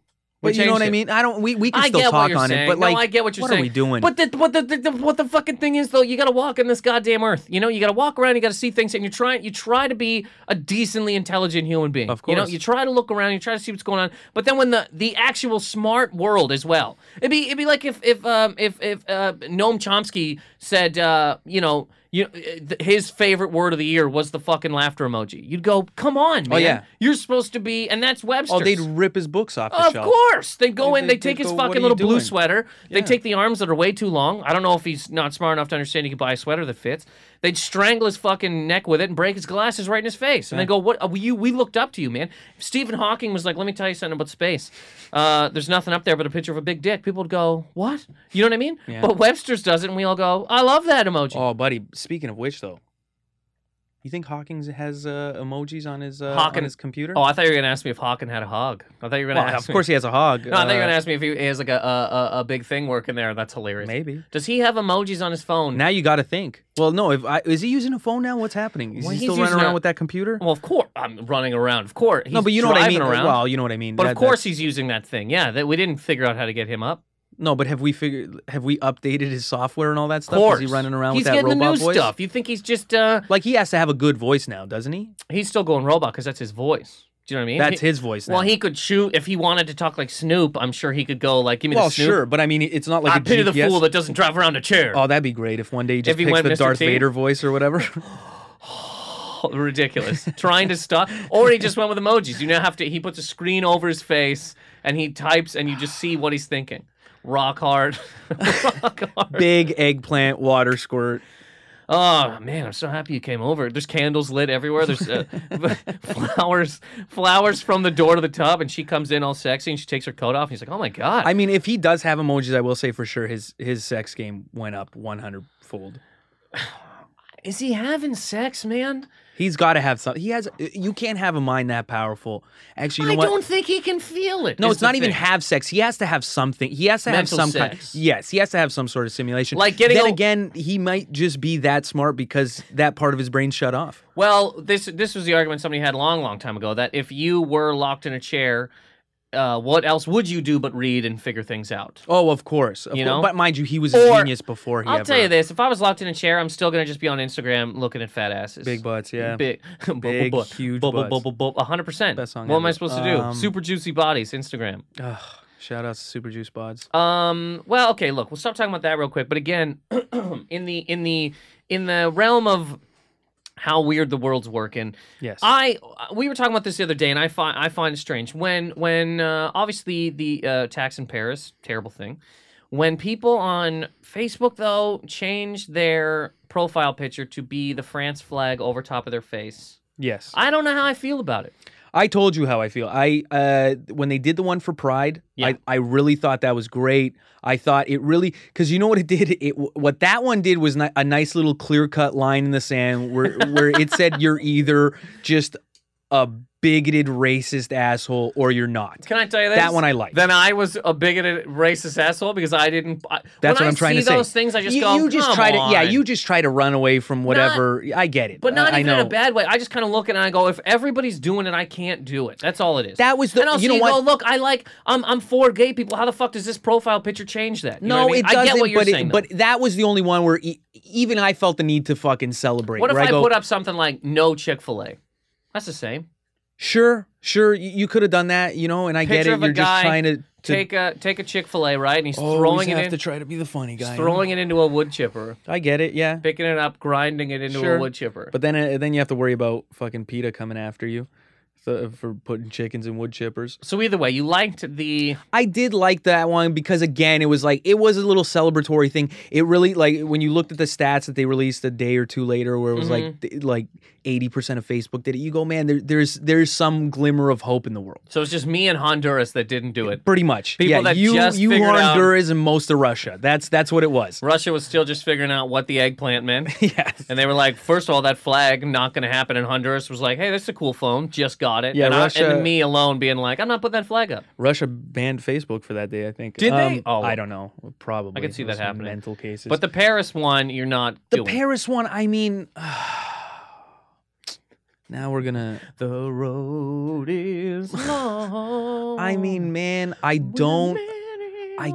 S1: We
S2: But you know what
S1: changed
S2: I
S1: it.
S2: mean? I don't. We we can
S1: I
S2: still
S1: get what
S2: talk
S1: you're
S2: on
S1: saying.
S2: it, but
S1: no,
S2: like,
S1: I get what you're
S2: what
S1: saying.
S2: are we doing?
S1: But the, what the, the, the what the fucking thing is though, you got to walk on this goddamn earth. You know, you got to walk around. You got to see things, and you try you try to be a decently intelligent human being.
S2: Of
S1: you know,
S2: course.
S1: you try to look around, you try to see what's going on. But then when the the actual smart world as well, it'd be it'd be like if if um if if uh, Noam Chomsky said uh you know. You, uh, th- his favorite word of the year was the fucking laughter emoji. You'd go, come on, man.
S2: Oh, yeah.
S1: You're supposed to be, and that's Webster.
S2: oh, they'd rip his books off the
S1: Of
S2: shelf.
S1: course, they go
S2: They-
S1: in.
S2: they-
S1: They take
S2: they
S1: his
S2: go, "What
S1: fucking
S2: are
S1: little
S2: you
S1: blue
S2: doing?"
S1: sweater. They
S2: Yeah.
S1: take the arms that are way too long. I don't know if he's not smart enough to understand he could buy a sweater that fits. They'd strangle his fucking neck with it and break his glasses right in his face. And they go, "What? uh, you? We looked up to you, man." Stephen Hawking was like, "Let me tell you something about space. Uh, there's nothing up there but a picture of a big dick." People would go, "What? You know what I mean?"
S2: Yeah.
S1: But Webster's does it, and we all go, "I love that emoji."
S2: Oh, buddy. Speaking of which, though, you think Hawkins has uh, emojis on his uh,
S1: Hawking-
S2: on his computer?
S1: Oh, I thought you were gonna ask me if Hawking had a hog. I thought you were gonna
S2: Well,
S1: ask
S2: of
S1: me.
S2: course he has a hog.
S1: No, I thought you were
S2: uh,
S1: gonna ask me if he has like a a, a, a big thing working there. That's hilarious.
S2: maybe.
S1: Does he have emojis on his phone?
S2: Now you got to think. Well, no. If I, is he using a phone now? What's happening? Is
S1: Well,
S2: he
S1: he's
S2: still running
S1: using
S2: around
S1: a-
S2: with that computer?
S1: Well, of course, I'm running around. Of course, he's
S2: no, but you know what I
S1: driving
S2: mean.
S1: Around,
S2: Well, you know what I mean.
S1: but
S2: That-
S1: of course,
S2: that's-
S1: he's using that thing. Yeah, that we didn't figure out how to get him up.
S2: No, but have we figured? Have we updated his software and all that
S1: Of
S2: stuff?
S1: course,
S2: Is he running around
S1: he's
S2: with that
S1: getting
S2: robot
S1: the new
S2: voice?
S1: stuff. You think he's just uh
S2: Like he has to have a good voice now, doesn't he?
S1: he's still going robot because that's his voice. Do you know what I mean?
S2: That's
S1: He-
S2: his voice now.
S1: Well, he could shoot if he wanted to talk like Snoop. I'm sure he could go like, give me
S2: well,
S1: the Snoop.
S2: sure, but I mean, it's not like
S1: I
S2: a
S1: pity the
S2: GPS.
S1: fool that doesn't drive around a chair.
S2: Oh, that'd be great if one day he just
S1: If he
S2: picks
S1: went
S2: the
S1: Mr.
S2: Darth
S1: T.
S2: Vader voice or whatever.
S1: ridiculous. Trying to stop, or he just went with emojis. You now have to. He puts a screen over his face and he types, and you just see what he's thinking. Rock hard. Rock hard.
S2: Big eggplant water squirt.
S1: Oh man, I'm so happy you came over. There's candles lit everywhere. There's uh, flowers, flowers from the door to the tub, and she comes in all sexy, and she takes her coat off. And he's like, "Oh my god,
S2: I mean, if he does have emojis, I will say for sure his his sex game went up 100 fold.
S1: is he having sex, man?
S2: He's got to have some. He has. uh, You can't have a mind that powerful. Actually, you
S1: I
S2: know what?
S1: don't think he can feel it.
S2: no,
S1: is
S2: it's
S1: the
S2: not even
S1: thing.
S2: have sex. He has to have something. He has to
S1: Mental
S2: have some
S1: sex.
S2: kind. Yes, he has to have some sort of simulation.
S1: Like getting
S2: Then
S1: a-
S2: again, he might just be that smart because that part of his brain shut off.
S1: Well, this this was the argument somebody had a long, long time ago that if you were locked in a chair, uh, what else would you do but read and figure things out?
S2: Oh, of course. Of
S1: You
S2: cour-
S1: know?
S2: but mind you, he was a
S1: Or-
S2: genius before he
S1: I'll
S2: ever.
S1: tell you this: if I was locked in a chair, I'm still gonna just be on Instagram looking at fat asses.
S2: Big butts, yeah.
S1: Big, bubble
S2: Big,
S1: butt.
S2: huge
S1: bubble,
S2: butts.
S1: bubble, bubble, 100%.
S2: Best song
S1: what am I
S2: ever.
S1: supposed to do?
S2: Um,
S1: Super juicy bodies, Instagram.
S2: Ugh, shout out to Super Juice Pods.
S1: Um, well, okay, look, we'll stop talking about that real quick. But again, in the in the in the realm of how weird the world's working,
S2: Yes.
S1: I we were talking about this the other day, and I find I find it strange when when uh, obviously the uh, attacks in Paris, terrible thing. When people on Facebook though change their profile picture to be the France flag over top of their face,
S2: yes.
S1: I don't know how I feel about it.
S2: I told you how I feel. I uh, when they did the one for Pride,
S1: Yeah.
S2: I, I really thought that was great. I thought it really because you know what it did. It what that one did was ni- a nice little clear cut line in the sand where where it said you're either just a bigoted racist asshole or you're not.
S1: Can I tell you this?
S2: That one I like.
S1: Then I was a bigoted racist asshole because I didn't. I,
S2: That's
S1: when
S2: what
S1: I
S2: I'm trying to
S1: see
S2: say.
S1: Those things I just
S2: you,
S1: go.
S2: you just
S1: "Come
S2: try to yeah
S1: on."
S2: you just try to run away from whatever. I get it,
S1: But not
S2: I, I
S1: even
S2: know.
S1: in a bad way. I just kind of look at it and I go, if everybody's doing it, I can't do it. That's all it is.
S2: That was the-
S1: And also
S2: you know what?
S1: go, look, I like, I'm, I'm for gay people. How the fuck does this profile picture change that? You know
S2: No,
S1: what I mean?
S2: it doesn't.
S1: I get what you're
S2: but,
S1: saying.
S2: it,
S1: though.
S2: but that was the only one where e- even I felt the need to fucking celebrate.
S1: what if
S2: where
S1: I,
S2: go,
S1: put up something like no Chick Fil A? That's the same.
S2: Sure, sure, you, you could have done that, you know, and I get
S1: Picture
S2: it.
S1: of a
S2: You're
S1: guy,
S2: just trying to, to
S1: Take a take a Chick Fil A, right? And he's
S2: always
S1: throwing it
S2: Oh, have
S1: in,
S2: to try to be the funny guy.
S1: throwing it into a wood chipper,
S2: I get it, yeah.
S1: picking it up, grinding it into a
S2: Sure.
S1: wood chipper.
S2: But then, uh, then you have to worry about fucking PETA coming after you. th- for putting chickens in wood chippers.
S1: So either way, you liked the
S2: I did like that one because again, it was like it was a little celebratory thing. It really like when you looked at the stats that they released a day or two later, where it was
S1: Mm-hmm.
S2: like th- like eighty percent of Facebook did it. You go, man, there, there's there's some glimmer of hope in the world.
S1: so it's just me and Honduras that didn't do it.
S2: Pretty much,
S1: People
S2: yeah.
S1: that
S2: you
S1: just
S2: you
S1: figured out-
S2: Honduras and most of Russia. That's that's what it was.
S1: Russia was still just figuring out what the eggplant meant.
S2: yes.
S1: And they were like, first of all, that flag not going to happen. And Honduras was like, hey, that's a cool phone. Just got it.
S2: Yeah,
S1: and, I,
S2: Russia-
S1: and me alone being like, I'm not putting that flag up.
S2: Russia banned Facebook for that day. I think.
S1: Did they? Oh.
S2: Oh, I don't know. Probably.
S1: I could see
S2: It was
S1: that happening.
S2: Mental cases.
S1: But the Paris one, you're not
S2: The
S1: doing.
S2: Paris one, I mean, now we're gonna.
S1: the road is long.
S2: I mean, man, I
S1: with
S2: don't.
S1: many
S2: I-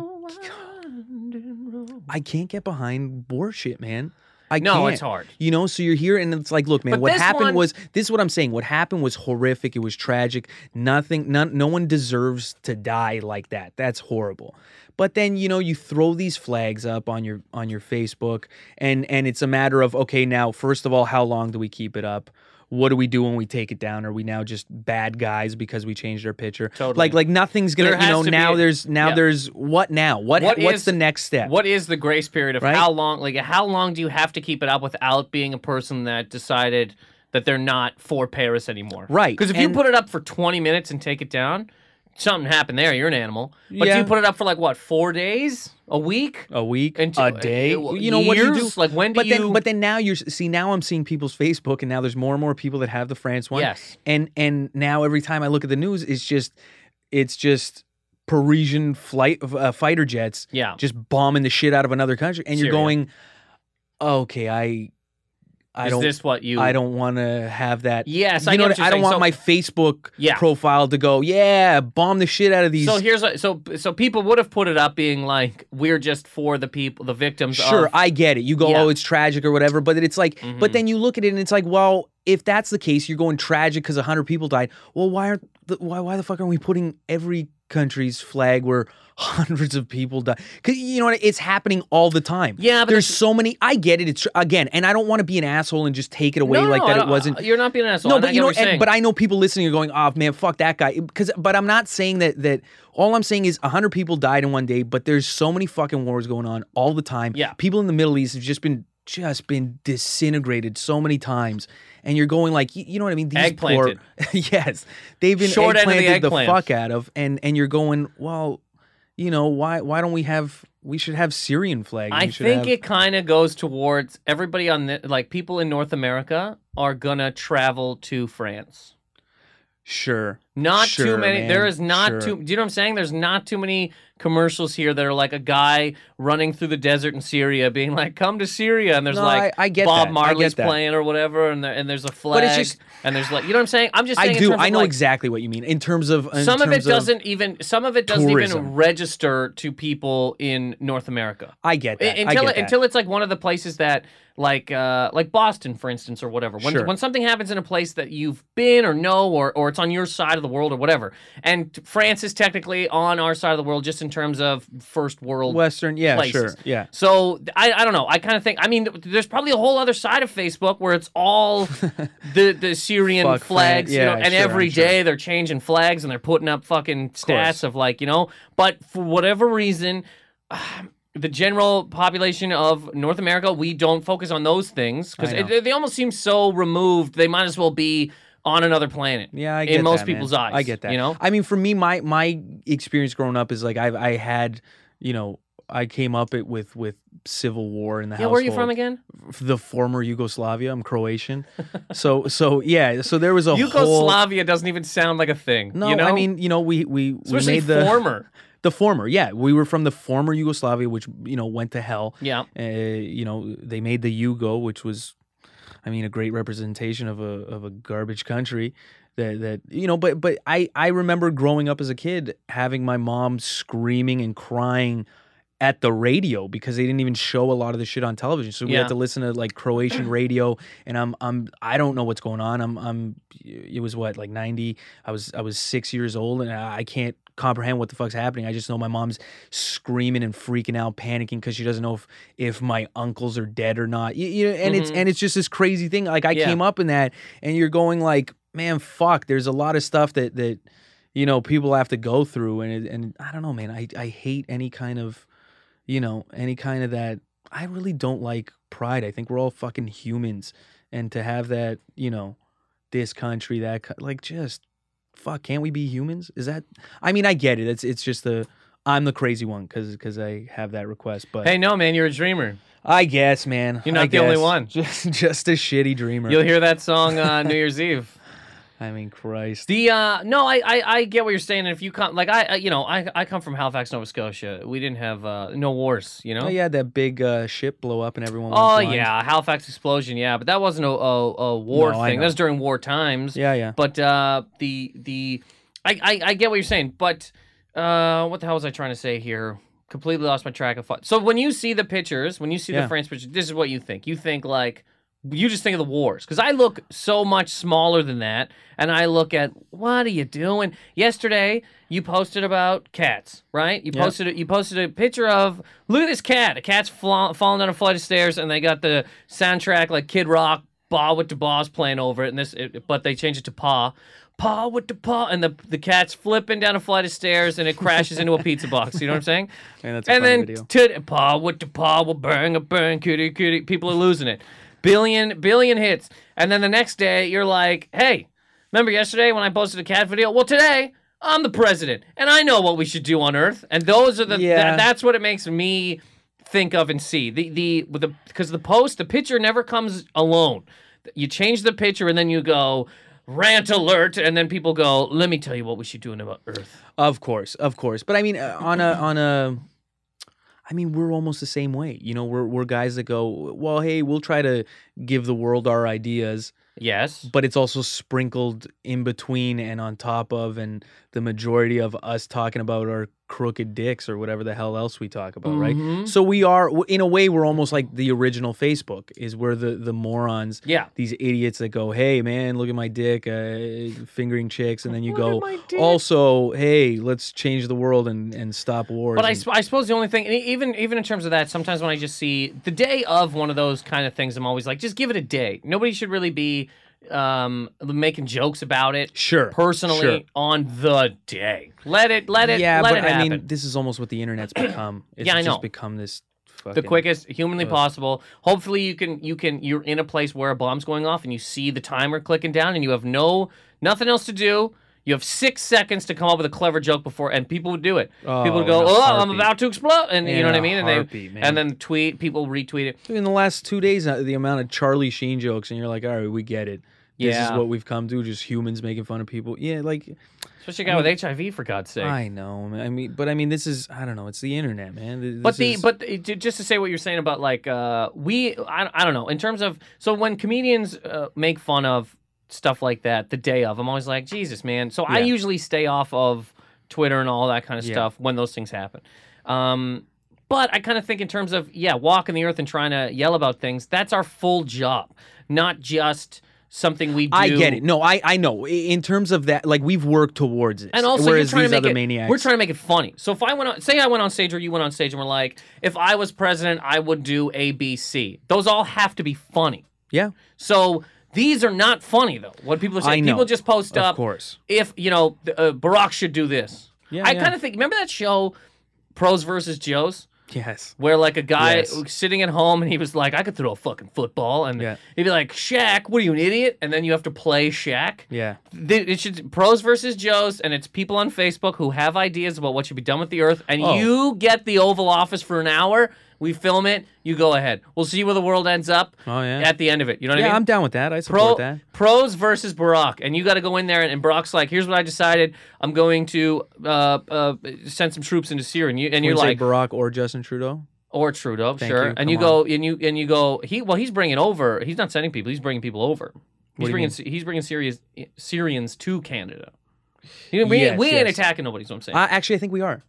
S1: a winding road.
S2: I can't get behind bullshit, man. I
S1: no,
S2: can't.
S1: it's hard.
S2: You know, so you're here, and it's like, look, man,
S1: But
S2: what
S1: this
S2: happened
S1: one-
S2: was this is what I'm saying. What happened was horrific. It was tragic. Nothing, none, no one deserves to die like that. That's horrible. But then you know, you throw these flags up on your on your Facebook, and and it's a matter of okay, now first of all, how long do we keep it up? What do we do when we take it down? Are we now just bad guys because we changed our picture?
S1: Totally.
S2: Like like nothing's gonna
S1: There
S2: you
S1: has
S2: know
S1: to be-
S2: now there's now
S1: yeah.
S2: there's what now what,
S1: What
S2: what's
S1: is-
S2: the next step?
S1: What is the grace period of
S2: Right?
S1: how long? Like, how long do you have to keep it up without being a person that decided that they're not for Paris anymore?
S2: Right,
S1: Because if
S2: and-
S1: you put it up for 20 minutes and take it down, something happened there. You're an animal. But if
S2: Yeah.
S1: you put it up for like what, four days, a week,
S2: a week,
S1: Into-
S2: a day.
S1: uh,
S2: you know what do you do?
S1: years? Like, when do
S2: but
S1: you-
S2: Then, but then now you're see now I'm seeing people's Facebook, and now there's more and more people that have the France one.
S1: Yes.
S2: And and now every time I look at the news, it's just it's just Parisian flight uh, fighter jets
S1: yeah,
S2: just bombing the shit out of another country, and you're
S1: Syria.
S2: going, okay, I I
S1: is
S2: don't
S1: this what you?
S2: I don't want to have that.
S1: Yes,
S2: you
S1: I get
S2: know what
S1: what you're
S2: I don't
S1: saying.
S2: want
S1: So-
S2: my Facebook
S1: Yeah.
S2: profile to go. Yeah, bomb the shit out of these.
S1: So here's a, so so people would have put it up being like we're just for the people the victims
S2: Sure,
S1: of
S2: I get it. You go,
S1: Yeah.
S2: oh, it's tragic or whatever, but it's like,
S1: Mhm.
S2: but then you look at it and it's like, well, if that's the case, you're going tragic because hundred people died. Well, why aren't the, why why the fuck aren't we putting every country's flag where hundreds of people die? Because you know what, it's happening all the time.
S1: Yeah, but
S2: there's
S1: it's-
S2: so many. I get it. It's tr- again, and I don't want to be an asshole and just take it away
S1: No,
S2: like
S1: no, I
S2: that. It
S1: don't-
S2: wasn't.
S1: You're not being an asshole.
S2: No,
S1: I
S2: but
S1: get
S2: you know,
S1: what you're saying.
S2: and, but I know people listening are going, "Oh man, fuck that guy." Because, but I'm not saying that that. All I'm saying is, hundred people died in one day, but there's so many fucking wars going on all the time.
S1: Yeah.
S2: people in the Middle East have just been just been disintegrated so many times, and you're going like, you, you know what I mean? These poor,
S1: Eggplanted.
S2: yes, they've been
S1: Short end of the
S2: eggplanted the
S1: eggplant.
S2: fuck out of, and and you're going, well, you know, why why don't we have? We should have Syrian flag.
S1: I
S2: We should
S1: think
S2: have-
S1: it kind of goes towards everybody on the like people in North America are gonna travel to France.
S2: sure.
S1: Not too
S2: Sure,
S1: many.
S2: man.
S1: There is not
S2: Sure.
S1: too. Do you know what I'm saying? There's not too many commercials here that are like a guy running through the desert in Syria, being like, "Come to Syria," and there's
S2: No,
S1: like
S2: I- I get
S1: Bob
S2: that. I
S1: Marley's
S2: get that.
S1: playing or whatever, and there, and there's a flag,
S2: it's just-
S1: and there's like, you know what I'm saying? I'm just
S2: I
S1: saying. in
S2: do.
S1: terms
S2: I
S1: of,
S2: know
S1: like,
S2: exactly what you mean in terms of in
S1: Some of it
S2: terms
S1: doesn't even. Some of it doesn't even
S2: tourism.
S1: register to people in North America.
S2: I get that.
S1: I-
S2: I
S1: until
S2: get
S1: it,
S2: that.
S1: until it's like one of the places that like uh like Boston for instance or whatever when
S2: Sure.
S1: when something happens in a place that you've been or know or or it's on your side of the world or whatever and t- France is technically on our side of the world just in terms of first world
S2: Western, yeah,
S1: places.
S2: sure, yeah.
S1: So th- I, I don't know. I kind of think. I mean, th- there's probably a whole other side of Facebook where it's all the the Syrian
S2: Fuck
S1: flags,
S2: Fran-
S1: you know,
S2: yeah,
S1: and
S2: sure,
S1: every
S2: I'm sure.
S1: day they're changing flags and they're putting up fucking stats of like you know. But for whatever reason, the general population of North America, we don't focus on those things because
S2: I know.
S1: they, they almost seem so removed. They might as well be on another planet.
S2: Yeah, I
S1: in
S2: get
S1: most
S2: that, man.
S1: people's eyes.
S2: I get that.
S1: You know,
S2: I mean, for me, my my experience growing up is like I've I had, you know, I came up it with with civil war in the
S1: yeah.
S2: household.
S1: Where are you from again?
S2: F- The former Yugoslavia. I'm Croatian, so so yeah. So there was a whole.
S1: Yugoslavia doesn't even sound like a thing.
S2: No,
S1: you know?
S2: I mean, you know, we we, we
S1: especially
S2: made the
S1: former.
S2: the former. Yeah, we were from the former Yugoslavia, which you know went to hell.
S1: Yeah.
S2: uh, you know, they made the Yugo, which was, I mean, a great representation of a of a garbage country. That that you know, but but I I remember growing up as a kid having my mom screaming and crying at the radio because they didn't even show a lot of the shit on television. So we
S1: Yeah.
S2: had to listen to like Croatian radio and I'm I'm I don't know what's going on. I'm I'm it was what like 90. I was I was 6 years old and I I can't comprehend what the fuck's happening. I just know my mom's screaming and freaking out, panicking cuz she doesn't know if if my uncles are dead or not. You, you know, and it's
S1: Mhm.
S2: and it's just this crazy thing. Like I
S1: Yeah.
S2: came up in that and you're going like man, fuck. There's a lot of stuff that that you know people have to go through, and it, and I don't know, man. I I hate any kind of you know any kind of that. I really don't like pride. I think we're all fucking humans, and to have that, you know, this country, that co- like just fuck. Can't we be humans? Is that? I mean, I get it. It's it's just the I'm the crazy one because because I have that request, but
S1: Hey, no, man, you're a dreamer.
S2: I guess, man.
S1: You're not
S2: I
S1: the only
S2: guess.
S1: one.
S2: Just just a shitty dreamer.
S1: You'll hear that song uh, New Year's Eve.
S2: I mean, Christ.
S1: The uh, no, I, I I get what you're saying. And if you come, like I, I you know, I I come from Halifax, Nova Scotia. We didn't have uh, no wars, you know.
S2: Oh yeah, that big uh, ship blow up and everyone.
S1: Oh
S2: was blind.
S1: yeah, Halifax explosion. Yeah, but that wasn't a a, a war
S2: No, I
S1: thing.
S2: know.
S1: That was during war times.
S2: yeah, yeah.
S1: But uh, the the I, I I get what you're saying. But uh, what the hell was I trying to say here? Completely lost my track of thought. So when you see the pictures, when you see
S2: Yeah.
S1: the France picture, this is what you think. You think like you just think of the wars because I look so much smaller than that, and I look at what are you doing? Yesterday you posted about cats, right? You
S2: Yeah.
S1: posted a, you posted a picture of look at this cat. A cat's fla- falling down a flight of stairs, and they got the soundtrack like Kid Rock, Ba with the Ba's playing over it, and this it, but they changed it to Pa. Pa with the paw, and the the cat's flipping down a flight of stairs, and it crashes into a pizza box. You know what I'm saying?
S2: And that's a
S1: and
S2: funny
S1: then
S2: video.
S1: to paw with the paw will burn a burn kitty kitty. People are losing it. Billion billion hits. And then the next day you're like, hey, remember yesterday when I posted a cat video? Well today I'm the president and I know what we should do on Earth. And those are the
S2: Yeah.
S1: tha- that's what it makes me think of and see. The the with the because the post, the picture never comes alone. You change the picture and then you go rant alert and then people go let me tell you what we should do in about earth
S2: Of course, of course. But I mean, uh, on a on a, I mean, we're almost the same way. You know, we're we're guys that go, well, hey, we'll try to give the world our ideas,
S1: yes
S2: but it's also sprinkled in between and on top of, and the majority of us talking about our crooked dicks or whatever the hell else we talk about, right?
S1: Mhm.
S2: So we are, w- in a way, we're almost like the original Facebook. Is we're the the morons,
S1: yeah
S2: these idiots that go, "Hey man, look at my dick," uh, fingering chicks, and then you
S1: Look at my
S2: go,
S1: dick.
S2: "Also, hey, let's change the world and and stop wars."
S1: But I,
S2: and-
S1: sp- I suppose the only thing, and e- even even in terms of that, sometimes when I just see the day of one of those kind of things, I'm always like, just give it a day. Nobody should really be um, making jokes about it
S2: sure
S1: personally
S2: sure.
S1: on the day. Let it, let it,
S2: yeah,
S1: let
S2: but
S1: it
S2: I
S1: happen.
S2: mean, this is almost what the internet's become. It's
S1: Yeah, I know.
S2: just become this
S1: the
S2: fucking,
S1: quickest humanly
S2: Ugh.
S1: possible. Hopefully, you can you can you're in a place where a bomb's going off and you see the timer clicking down and you have no nothing else to do. You have six seconds to come up with a clever joke before, and people would do it. people
S2: Oh,
S1: would go,
S2: in a
S1: "Oh, I'm
S2: heartbeat.
S1: about to explode," and you
S2: In
S1: know what I
S2: a
S1: mean, and they
S2: heartbeat, man.
S1: and then tweet people retweet it.
S2: In the last two days, uh, the amount of Charlie Sheen jokes, and you're like, "All right, we get it. This is
S1: Yeah.
S2: what we've come to. Just humans making fun of people." Yeah, like
S1: Especially a guy with HIV, for God's sake.
S2: I know. man. I mean, but I mean, this is I don't know. It's the internet, man. Th-
S1: but
S2: this
S1: the
S2: is-
S1: but the- j- just to say what you're saying about like uh, we I, I don't know in terms of so when comedians uh, make fun of stuff like that the day of I'm always like Jesus man so I
S2: Yeah.
S1: usually stay off of Twitter and all that kind of
S2: Yeah.
S1: stuff when those things happen. Um, but I kind of think in terms of yeah walking the earth and trying to yell about things that's our full job not just something we do.
S2: I get it. No, I I know. I- In terms of that, like we've worked towards it.
S1: And also,
S2: whereas
S1: you're trying
S2: these
S1: to make
S2: other
S1: it,
S2: maniacs,
S1: We're trying to make it funny. So if I went on, say I went on stage or you went on stage and we're like, if I was president, I would do A, B, C. Those all have to be funny.
S2: Yeah,
S1: So these are not funny though. What people are
S2: I
S1: saying,
S2: know.
S1: people just post
S2: of
S1: up
S2: course.
S1: if you know th- uh, Barack should do this.
S2: Yeah,
S1: I
S2: yeah.
S1: kind of think. Remember that show, Pros versus Joes.
S2: Yes.
S1: Where like a guy
S2: Yes.
S1: was sitting at home and he was like, I could throw a fucking football, and
S2: Yeah.
S1: he'd be like, Shaq, what are you an idiot? And then you have to play Shaq
S2: Yeah.
S1: th- it should pros versus joes and it's people on facebook who have ideas about what should be done with the earth and
S2: Oh.
S1: you get the oval office for an hour we film it you go ahead we'll see where the world ends up
S2: Oh yeah.
S1: at the end of it you know what
S2: yeah,
S1: i mean
S2: I'm down with that. I support
S1: Pro,
S2: that.
S1: pros versus Barack, and you got to go in there, and, and Barack's like, "Here's what I decided. I'm going to uh, uh, send some troops into Syria." And, you, and
S2: Would
S1: you're
S2: you say
S1: like,
S2: Barack or Justin Trudeau.
S1: "Or Trudeau,
S2: Thank
S1: sure."
S2: you,
S1: and you
S2: come
S1: go, and you and you go, "He well, he's bringing over. He's not sending people. He's bringing people over.
S2: do
S1: He's
S2: you
S1: bringing
S2: mean?
S1: Sy- he's bringing Syrians Syrians to Canada." You know, we
S2: Yes,
S1: we ain't
S2: yes.
S1: attacking nobody. Is what I'm saying.
S2: Uh, actually, I think we are.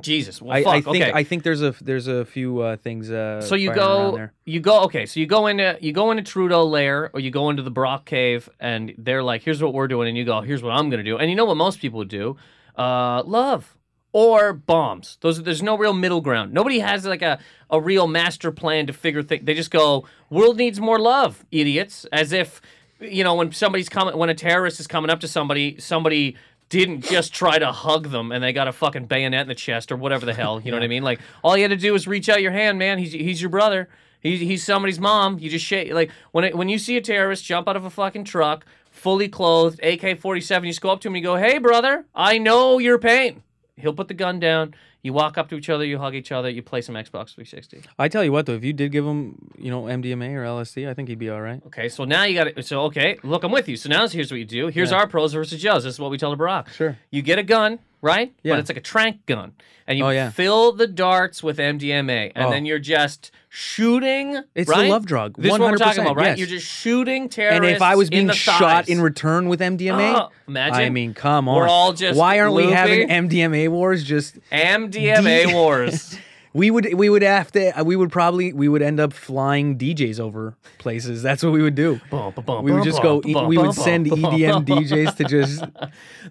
S1: Jesus, well,
S2: I,
S1: fuck.
S2: I think
S1: okay,
S2: I think there's a there's a few uh, things. Uh,
S1: so you
S2: firing around
S1: go
S2: there.
S1: you go okay so you go into you go into trudeau lair or you go into the brock cave and they're like here's what we're doing and you go here's what i'm gonna do and you know what most people would do uh love or bombs those are, there's no real middle ground nobody has like a, a real master plan to figure things they just go world needs more love idiots as if you know, when somebody's coming, when a terrorist is coming up to somebody, somebody didn't just try to hug them and they got a fucking bayonet in the chest or whatever the hell. You know what I mean? Like all you had to do was reach out your hand, man. He's he's your brother. He's he's somebody's mom. You just shake like when it, when you see a terrorist jump out of a fucking truck, fully clothed, AK forty seven. You just go up to him and you go, "Hey, brother, I know your pain." He'll put the gun down. You walk up to each other. You hug each other. You play some Xbox 360.
S2: I tell you what, though, if you did give him, you know, MDMA or LSD, I think he'd be all right.
S1: Okay, so now you got to. So okay, look, I'm with you. So now here's what you do. Here's our pros versus Joe's. This is what we tell the Barack.
S2: Sure.
S1: You get a gun, right?
S2: Yeah.
S1: But it's like a trank gun, and you
S2: Oh, yeah.
S1: fill the darts with MDMA, and
S2: Oh.
S1: then you're just shooting.
S2: It's the
S1: right?
S2: love drug,
S1: This is what we're talking
S2: 100%,
S1: about, right?
S2: yes.
S1: You're just shooting terrorists.
S2: And if I was
S1: in
S2: being
S1: the
S2: shot
S1: thighs.
S2: in return with MDMA,
S1: Oh, imagine.
S2: I mean, come on.
S1: We're all just
S2: Why aren't we having
S1: loopy.
S2: MDMA wars? Just
S1: MDMA
S2: D-
S1: wars.
S2: we would we would have to we would probably we would end up flying DJs over places. That's what we would do.
S1: Bum, ba, bum,
S2: We would
S1: bum,
S2: just
S1: bum,
S2: go. e-
S1: bum,
S2: We
S1: bum,
S2: would send
S1: bum, bum,
S2: EDM
S1: bum.
S2: DJs to just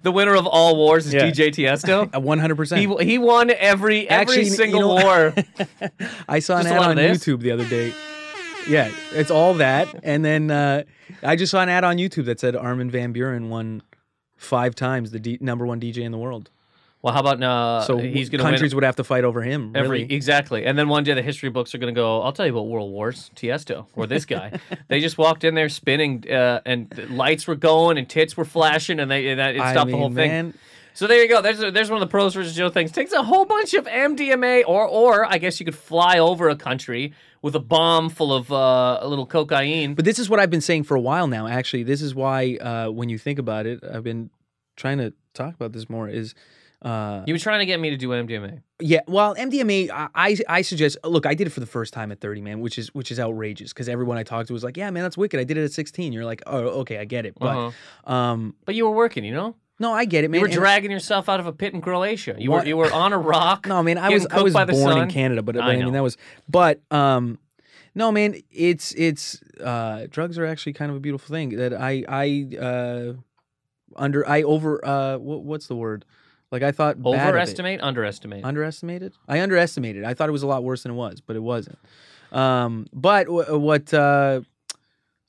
S1: The winner of all wars is
S2: Yeah.
S1: DJ Tiesto.
S2: at one hundred percent.
S1: He, he won every every
S2: Actually, you
S1: single
S2: know-
S1: war.
S2: I saw an
S1: Just a
S2: ad
S1: lot of
S2: on
S1: this?
S2: YouTube the other day. Yeah, it's all that, and then uh, I just saw an ad on YouTube that said Armin van Buren won five times the D- number one DJ in the world.
S1: Well, how about uh,
S2: So
S1: he's going to win
S2: countries would have to fight over him.
S1: Every
S2: really.
S1: exactly, and then one day the history books are going to go. I'll tell you about World Wars, Tiesto, or this guy. they just walked in there spinning, uh, and the lights were going, and tits were flashing, and they and that, it
S2: I
S1: stopped the
S2: mean,
S1: whole thing.
S2: man,
S1: So there you go. There's a, there's one of the pros versus Joe things. Takes a whole bunch of MDMA, or or I guess you could fly over a country with a bomb full of uh, a little cocaine.
S2: But this is what I've been saying for a while now. Actually, this is why uh, when you think about it, I've been trying to talk about this more. Is uh,
S1: you were trying to get me to do MDMA.
S2: yeah, well, MDMA, I, I I suggest. Look, I did it for the first time at thirty, man, which is which is outrageous because everyone I talked to was like, "Yeah, man, that's wicked. I did it at 16. You're like, "Oh, okay, I get it." But
S1: Uh-huh.
S2: um,
S1: But you were working, you know.
S2: no, I get it, man.
S1: You were
S2: And-
S1: dragging yourself out of a pit in Croatia. You were
S2: What?
S1: you were on a rock.
S2: No, man, I
S1: getting
S2: was I
S1: cooked
S2: was
S1: by the
S2: born in
S1: sun.
S2: Canada, but, but
S1: I
S2: I,
S1: know.
S2: mean that was but um no man, it's it's uh drugs are actually kind of a beautiful thing that I I uh under I over uh what, what's the word? Like I thought bad of it.
S1: Overestimate, underestimate.
S2: underestimated. I underestimated. I thought it was a lot worse than it was, but it wasn't. Um but wh- what uh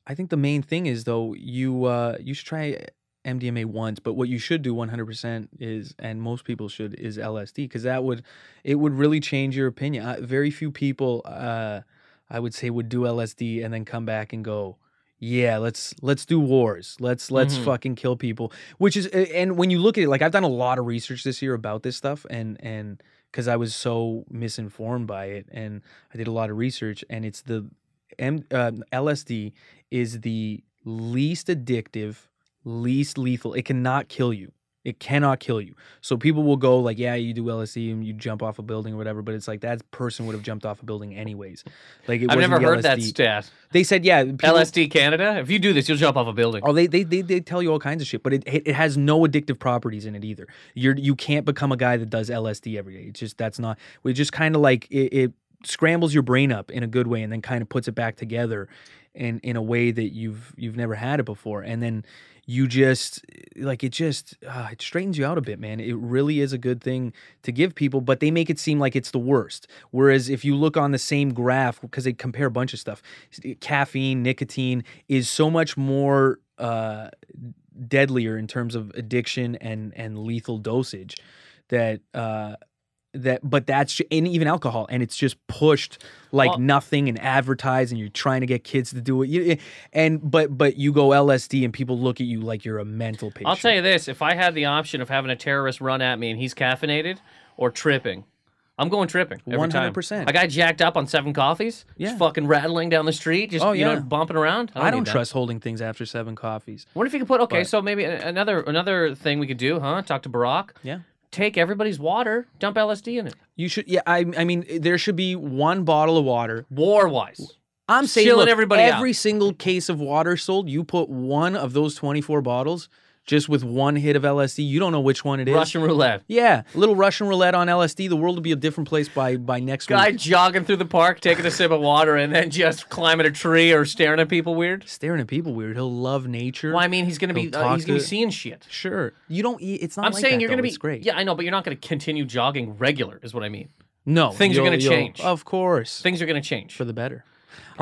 S2: I think the main thing is though you uh you should try MDMA once, but what you should do 100% is, and most people should, is LSD because that would, it would really change your opinion. I, very few people, uh, I would say, would do LSD and then come back and go, yeah, let's let's do wars, let's let's
S1: Mhm.
S2: fucking kill people. Which is, a- and when you look at it, like I've done a lot of research this year about this stuff, and and because I was so misinformed by it, and I did a lot of research, and it's the, M, uh, LSD is the least addictive least lethal. It cannot kill you. It cannot kill you. So people will go like, yeah, you do LSD and you jump off a building or whatever, but it's like that person would have jumped off a building anyways. Like it
S1: I've
S2: wasn't
S1: never
S2: the
S1: heard
S2: LSD.
S1: that stat.
S2: They said, yeah, people-
S1: LSD Canada. If you do this, you'll jump off a building.
S2: Oh, they, they they they tell you all kinds of shit, but it it it has no addictive properties in it either. You're you can't become a guy that does LSD every day. It's just that's not. We just kind of like it, it scrambles your brain up in a good way, and then kind of puts it back together, in in a way that you've you've never had it before, and then you just eh, like it just uh, it straightens you out a bit man it really is a good thing to give people but they make it seem like it's the worst whereas if you look on the same graph because they compare a bunch of stuff s- caffeine nicotine is so much more uh deadlier in terms of addiction and and lethal dosage that uh that but that's ju- and even alcohol and it's just pushed like
S1: Well-
S2: nothing and advertised and you're trying to get kids to do it You- eh, and but but you go LSD and people look at you like you're a mental patient
S1: I'll tell you this: if I had the option of having a terrorist run at me and he's caffeinated or tripping, I'm going tripping. every time.
S2: 100%.
S1: A guy jacked up on seven coffees,
S2: Yeah.
S1: just fucking rattling down the street, just
S2: Oh,
S1: you know
S2: yeah.
S1: bumping around.
S2: I don't
S1: need that.
S2: trust holding things after seven coffees
S1: What if you could put? Okay, so maybe a- another another thing we could do, huh? Talk to Barack.
S2: yeah
S1: Take everybody's water, dump LSD in it.
S2: you should yeah I I mean there should be one bottle of water
S1: War wise.
S2: I'm saying
S1: Chilling
S2: look,
S1: everybody out.
S2: every single case of water sold, you put one of those 24 bottles just with one hit of LSD. You don't know which one it is.
S1: Russian roulette.
S2: Yeah, little Russian roulette on LSD. The world will be a different place by by next
S1: Guy
S2: week.
S1: jogging through the park, taking a sip of water, and then just climbing a tree or staring at people weird.
S2: Staring at people weird. He'll love nature.
S1: Well, I mean, he's gonna be
S2: He'll
S1: uh,
S2: talk
S1: he's gonna be
S2: to-
S1: seeing shit.
S2: Sure. You don't. eat- It's not.
S1: I'm
S2: like
S1: saying
S2: that,
S1: you're
S2: though.
S1: gonna be
S2: It's great.
S1: Yeah, I know, but you're not gonna continue jogging regular, is what I mean.
S2: No.
S1: Things are
S2: you'll-
S1: gonna
S2: you'll-
S1: change.
S2: Of course.
S1: Things are gonna change.
S2: for the better.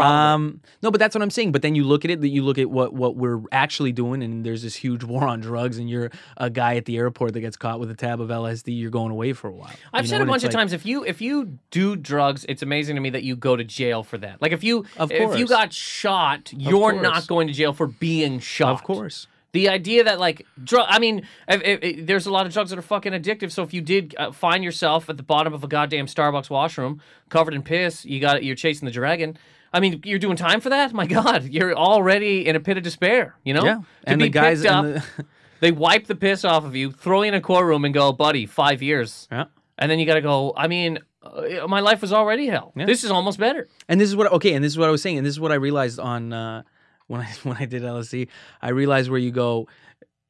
S2: Um, no, but that's what I'm saying. But then you look at it, that you look at what what we're actually doing, and there's this huge war on drugs, and you're a guy at the airport that gets caught with a tab of LSD. You're going away for a while.
S1: I've
S2: you know?
S1: said a
S2: And it's
S1: bunch of
S2: like-
S1: times if you if you do drugs, it's amazing to me that you go to jail for that. Like if you
S2: Of
S1: if you
S2: course.
S1: got shot, you're
S2: course.
S1: not going to jail for being shot.
S2: Of course.
S1: The idea that like drug, I mean, if, if, if- there's a lot of drugs that are fucking addictive. So if you did uh, find yourself at the bottom of a goddamn Starbucks washroom covered in piss, you got you're chasing the dragon. I mean, you're doing time for that. My God, you're already in a pit of despair. You know,
S2: Yeah.
S1: To
S2: and the
S1: be
S2: guys
S1: picked up,
S2: and the-
S1: they wipe the piss off of you, throw you in a courtroom, and go, buddy, five years.
S2: Yeah.
S1: And then you got to go, I mean, uh, my life was already hell. This is almost better.
S2: And this is what okay, and this is what I was saying, and this is what I realized on uh, when I when I did LSD, I realized where you go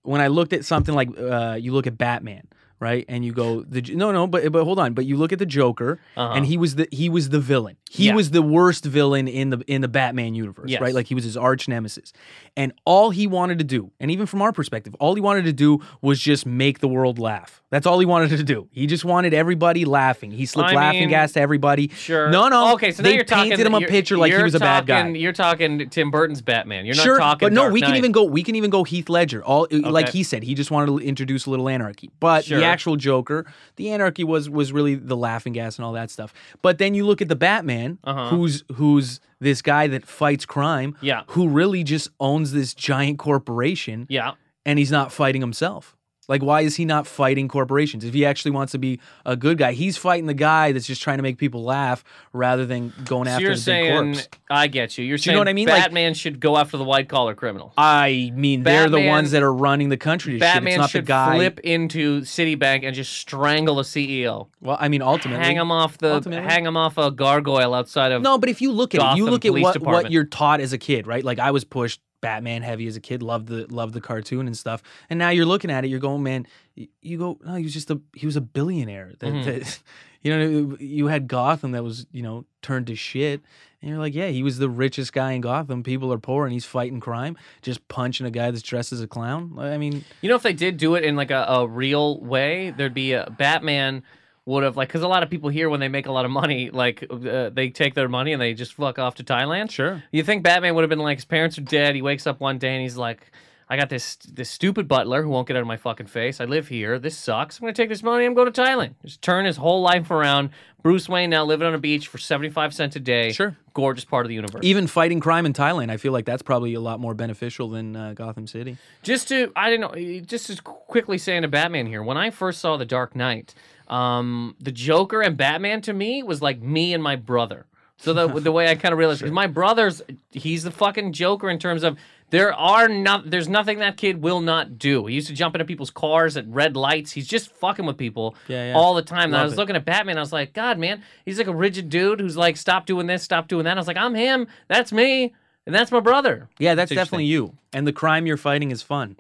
S2: when I looked at something like uh, you look at Batman, right? And you go the J- no no, but but hold on, but you look at the Joker, and he was the he was the villain. He
S1: Uh-huh. Yeah.
S2: was the worst villain in the in the Batman universe,
S1: Yes.
S2: right? Like he was his arch nemesis, and all he wanted to do, and even from our perspective, all he wanted to do was just make the world laugh. That's all he wanted to do. He just wanted everybody laughing. He slipped
S1: I
S2: laughing
S1: mean,
S2: gas to everybody.
S1: Sure.
S2: No, no.
S1: Okay, so now
S2: they
S1: you're talking.
S2: painted him a
S1: you're-
S2: picture like he
S1: you're
S2: was a bad
S1: talking-
S2: guy.
S1: You're talking Tim Burton's Batman. You're
S2: Sure,
S1: not talking.
S2: but no,
S1: Dark
S2: we can
S1: Knight.
S2: even go. We can even go Heath Ledger. All uh, like he said, he just wanted to introduce a little anarchy. But
S1: Sure.
S2: the actual Joker, the anarchy was was really the laughing gas and all that stuff. But then you look at the Batman, who's who's this guy that fights crime,
S1: Uh-huh. Yeah.
S2: who really just owns this giant corporation,
S1: Yeah.
S2: and he's not fighting himself. Like, why is he not fighting corporations? If he actually wants to be a good guy, he's fighting the guy that's just trying to make people laugh rather than going
S1: So
S2: after
S1: you're
S2: the big
S1: saying
S2: corpse.
S1: I get you. You're
S2: you
S1: saying
S2: know what I mean? Like-
S1: Batman should go after the white collar criminal.
S2: I mean, they're the
S1: Batman-
S2: ones that are running the country. to shit.
S1: Batman
S2: it's not
S1: should
S2: the guy.
S1: flip into Citibank and just strangle a CEO.
S2: well, I mean, ultimately,
S1: Hang him off the
S2: Ultimately.
S1: hang him off a gargoyle outside of
S2: No, but if you look at it, you
S1: Gotham
S2: look at
S1: Police
S2: what
S1: Department.
S2: what you're taught as a kid, right? Like I was pushed Batman heavy as a kid, loved the loved the cartoon and stuff, and now you're looking at it, you're going, man, y- you go, no, he was just a he was a billionaire. That, that- you know, you had Gotham that was you know turned to shit, and you're like, yeah, he was the richest guy in Gotham. People are poor, and he's fighting crime, just punching a guy that's dressed as a clown. I mean,
S1: You know, if they did do it in like a, a real way, there'd be a Batman would have like because a lot of people here when they make a lot of money, like uh, they take their money and they just fuck off to Thailand.
S2: Sure.
S1: You think Batman would have been like his parents are dead? He wakes up one day and he's like. I got this this stupid butler who won't get out of my fucking face. I live here. This sucks. I'm gonna take this money. I'm going to Thailand. Just turn his whole life around. Bruce Wayne now living on a beach for seventy five cents a day.
S2: Sure.
S1: gorgeous part of the universe.
S2: even fighting crime in Thailand, I feel like that's probably a lot more beneficial than uh, Gotham City.
S1: just to I don't know. eh, Just to quickly say into Batman here, when I first saw The Dark Knight, um, the Joker and Batman to me was like me and my brother. So the the way I kind of realized 'cause my brother's he's the fucking Joker in terms of there are not there's nothing that kid will not do. He used to jump into people's cars at red lights. He's just fucking with people
S2: Yeah, yeah.
S1: all the time. And I
S2: Love
S1: was
S2: it.
S1: looking at Batman. I was like, God, man, he's like a rigid dude who's like, stop doing this, stop doing that. I was like, I'm him. That's me. And that's my brother.
S2: Yeah, that's
S1: interesting.
S2: definitely you. And the crime you're fighting is fun.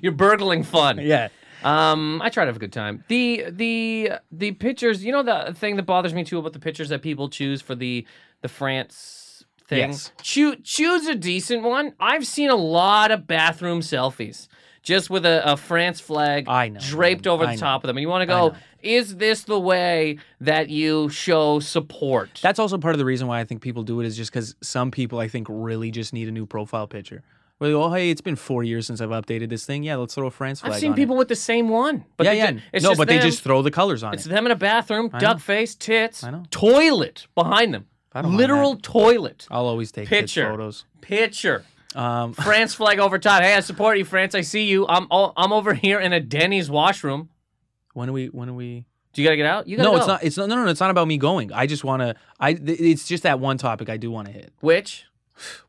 S1: You're burgling fun.
S2: Yeah.
S1: Um, I try to have a good time. The the the pictures. You know the thing that bothers me too about the pictures that people choose for the the France thing.
S2: Yes.
S1: Choose choose a decent one. I've seen a lot of bathroom selfies. Just with a, a France flag
S2: I know,
S1: draped
S2: man.
S1: over
S2: I
S1: the
S2: know.
S1: top of them. And you want to go, is this the way that you show support?
S2: That's also part of the reason why I think people do it is just because some people I think really just need a new profile picture. Where they go, oh, hey, it's been four years since I've updated this thing. Yeah, let's throw a France flag
S1: I've seen
S2: on
S1: people with the same one. But
S2: It. Yeah,
S1: they
S2: yeah.
S1: ju- it's
S2: no,
S1: just
S2: but they
S1: them.
S2: just throw the colors on
S1: It's
S2: it.
S1: them in a bathroom, duck face, tits,
S2: know.
S1: toilet behind them.
S2: don't mind
S1: Literal toilet.
S2: I'll always take
S1: Picture.
S2: kids photos.
S1: Picture.
S2: Um,
S1: France flag over top. Hey, I support you, France. I see you. I'm oh, I'm over here in a Denny's washroom.
S2: when are we? When are we?
S1: Do you gotta get out? You gotta
S2: No,
S1: go.
S2: it's not. It's not. No, no, no. It's not about me going. I just want to. I. th- It's just that one topic I do want to hit.
S1: Which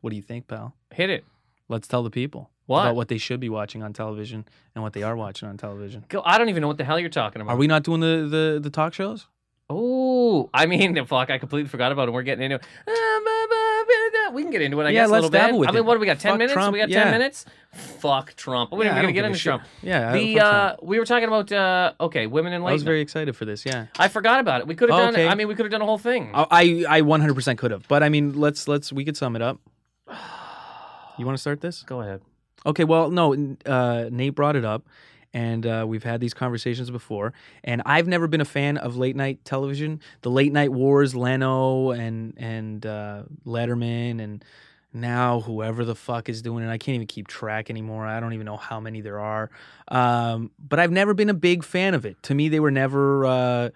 S2: What do you think, pal?
S1: hit it.
S2: Let's tell the people
S1: What?
S2: about what they should be watching on television and what they are watching on television.
S1: Go. I don't even know what the hell you're talking about.
S2: Are we not doing the the, the talk shows?
S1: Oh, I mean, fuck! I completely forgot about it. Ah, We're getting into it. We can get into it. I
S2: Yeah,
S1: guess a
S2: let's
S1: little bit.
S2: dabble with
S1: I mean,
S2: it.
S1: what do we got? Ten
S2: Fuck
S1: minutes?
S2: Trump,
S1: We got ten
S2: yeah.
S1: minutes. Fuck Trump. What are
S2: Yeah,
S1: we
S2: I
S1: gonna
S2: don't
S1: get
S2: give a
S1: into
S2: shit.
S1: Trump?
S2: Yeah, I don't-
S1: the
S2: fuck Trump.
S1: uh, we were talking about uh, okay, women in
S2: I was
S1: late.
S2: very excited for this. Yeah,
S1: I forgot about it. We could have done.
S2: Okay. Oh.
S1: I mean, we could have done a whole thing.
S2: I I 100% could have, but I mean, let's let's we could sum it up. You want to start this?
S1: Go ahead.
S2: Okay. Well, no. n- Uh, Nate brought it up, and uh, we've had these conversations before. And I've never been a fan of late night television. The late night wars, Leno and and uh, Letterman, and now whoever the fuck is doing it. I can't even keep track anymore. I don't even know how many there are. Um, but I've never been a big fan of it. To me, they were never. Uh,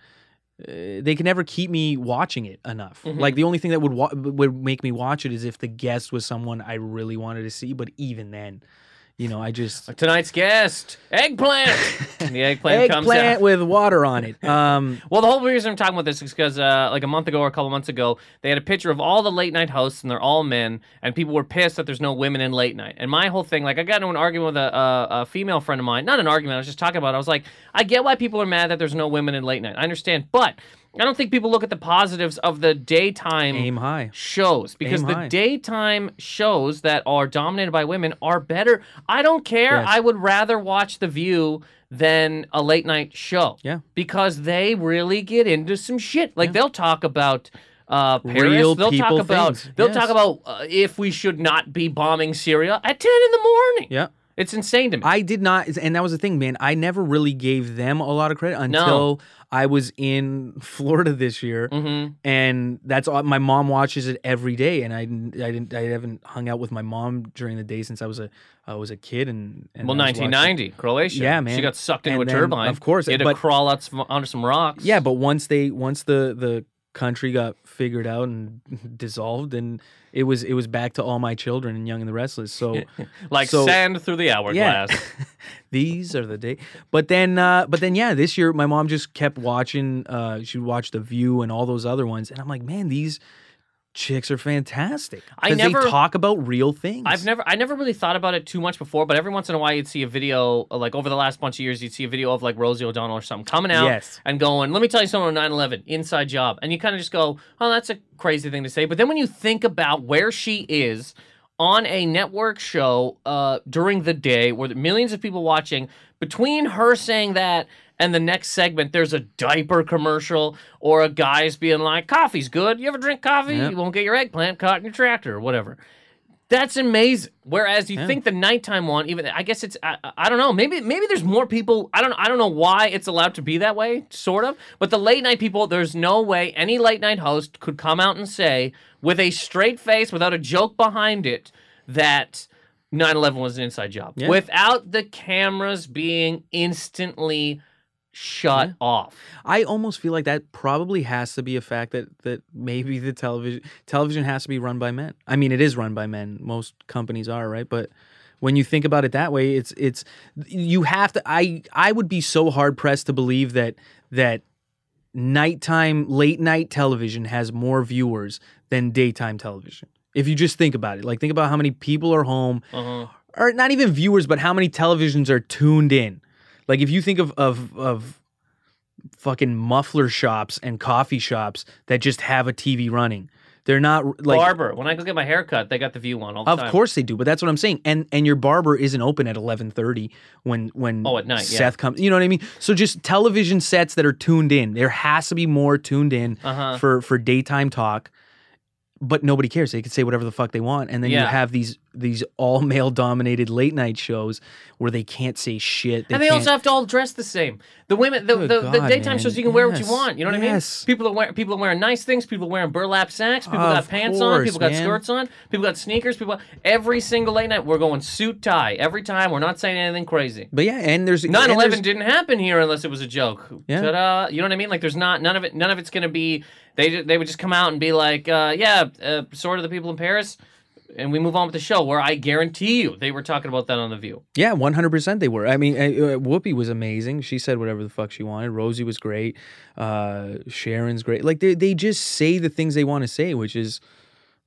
S2: uh, they can never keep me watching it enough.
S1: Mhm.
S2: Like the only thing that would wa- would make me watch it is if the guest was someone I really wanted to see. But even then, you know, I just
S1: Tonight's guest, eggplant. And the eggplant, comes out.
S2: eggplant with water on it. Um,
S1: Well, the whole reason I'm talking about this is because, uh, like a month ago or a couple months ago, they had a picture of all the late night hosts, and they're all men, and people were pissed that there's no women in late night. And my whole thing, like, I got into an argument with a, a, a female friend of mine, not an argument, I was just talking about. It. I was like, I get why people are mad that there's no women in late night. I understand, but I don't think people look at the positives of the daytime
S2: aim high.
S1: shows because
S2: Aim
S1: the
S2: high.
S1: daytime shows that are dominated by women are better. I don't care.
S2: Yes.
S1: I would rather watch The View than a late night show.
S2: Yeah.
S1: Because they really get into some shit. Like they'll talk about uh, Paris.
S2: Real
S1: they'll talk
S2: people
S1: about
S2: things.
S1: they'll
S2: Yes.
S1: talk about uh, if we should not be bombing Syria at ten in the morning.
S2: Yeah.
S1: It's insane to me.
S2: I did not, and that was the thing, man. I never really gave them a lot of credit until I was in Florida this year,
S1: Mhm.
S2: and that's all. My mom watches it every day, and I, didn't- I didn't, I haven't hung out with my mom during the day since I was a, I was a kid, and, and
S1: Well,
S2: I was watching-
S1: 1990, Croatia.
S2: Yeah, man.
S1: She got sucked into
S2: And
S1: a
S2: then,
S1: turbine.
S2: of course,
S1: you had to
S2: but-
S1: crawl out some, onto some rocks.
S2: Yeah, but once they, once the the country got figured out and dissolved, and it was it was back to all my children and Young and the Restless. So.
S1: like
S2: so-
S1: sand through the hourglass.
S2: These are the day. But then, uh, but then, yeah, this year my mom just kept watching. Uh, she watched The View and all those other ones, and I'm like, man, these chicks are fantastic.
S1: I
S2: 'Cause
S1: never-
S2: they talk about real things.
S1: I've never I never really thought about it too much before, but every once in a while you'd see a video uh, like over the last bunch of years you'd see a video of like Rosie O'Donnell or something coming out
S2: Yes.
S1: and going, "Let me tell you something on 9/11, inside job." And you kind of just go, "Oh, that's a crazy thing to say." But then when you think about where she is on a network show uh, during the day where the millions of people watching between her saying that and the next segment there's a diaper commercial or a guy's being like coffee's good you ever drink coffee
S2: Yeah.
S1: you won't get your eggplant caught in your tractor or whatever that's amazing. Whereas you think the nighttime one, even I guess it's I, I- I don't know. Maybe maybe there's more people. I don't I don't know why it's allowed to be that way, sort of. But the late night people, there's no way any late night host could come out and say with a straight face, without a joke behind it, that 9/11 was an inside job,
S2: Yeah.
S1: without the cameras being instantly shut off.
S2: I almost feel like that probably has to be a fact that that maybe the television television has to be run by men. I mean, it is run by men. Most companies are, right? But when you think about it that way, it's it's you have to. I I would be so hard pressed to believe that that nighttime late night television has more viewers than daytime television. If you just think about it, like think about how many people are home
S1: Uh-huh.
S2: or not even viewers, but how many televisions are tuned in. Like if you think of of of fucking muffler shops and coffee shops that just have a TV running, they're not r- like.
S1: barber, when I go get my hair cut, they got the view on all the
S2: of
S1: time.
S2: course they do, but that's what I'm saying. And and your barber isn't open at 11:30 when when
S1: Oh, at night, yeah.
S2: Seth comes. You know what I mean? So just television sets that are tuned in. There has to be more tuned in
S1: Uh-huh.
S2: for for daytime talk but nobody cares they can say whatever the fuck they want and then you
S1: Yeah.
S2: have these these all male dominated late night shows where they can't say shit
S1: and they
S2: can't-
S1: also have to all dress the same. The women, the,
S2: Good
S1: the, the
S2: God,
S1: daytime
S2: man.
S1: shows, you can wear what you
S2: Yes.
S1: want. You know what I
S2: Yes.
S1: mean? People are wearing people are wearing nice things. People are wearing burlap sacks. People got
S2: Of
S1: pants on.
S2: course,
S1: People got
S2: man.
S1: skirts on. People got sneakers. People every single late night we're going suit tie every time. We're not saying anything crazy.
S2: but yeah and there's and
S1: 9/11
S2: there's-
S1: didn't happen here unless it was a joke.
S2: Yeah.
S1: Ta-da. You know what I mean? Like there's not none of it. None of it's gonna be. They ju- they would just come out and be like, uh, yeah, uh, sort of the people in Paris. And we move on with the show, where I guarantee you they were talking about that on the View.
S2: yeah 100% they were i mean uh, uh, whoopi was amazing she said whatever the fuck she wanted rosie was great uh sharon's great like they, they just say the things they want to say which is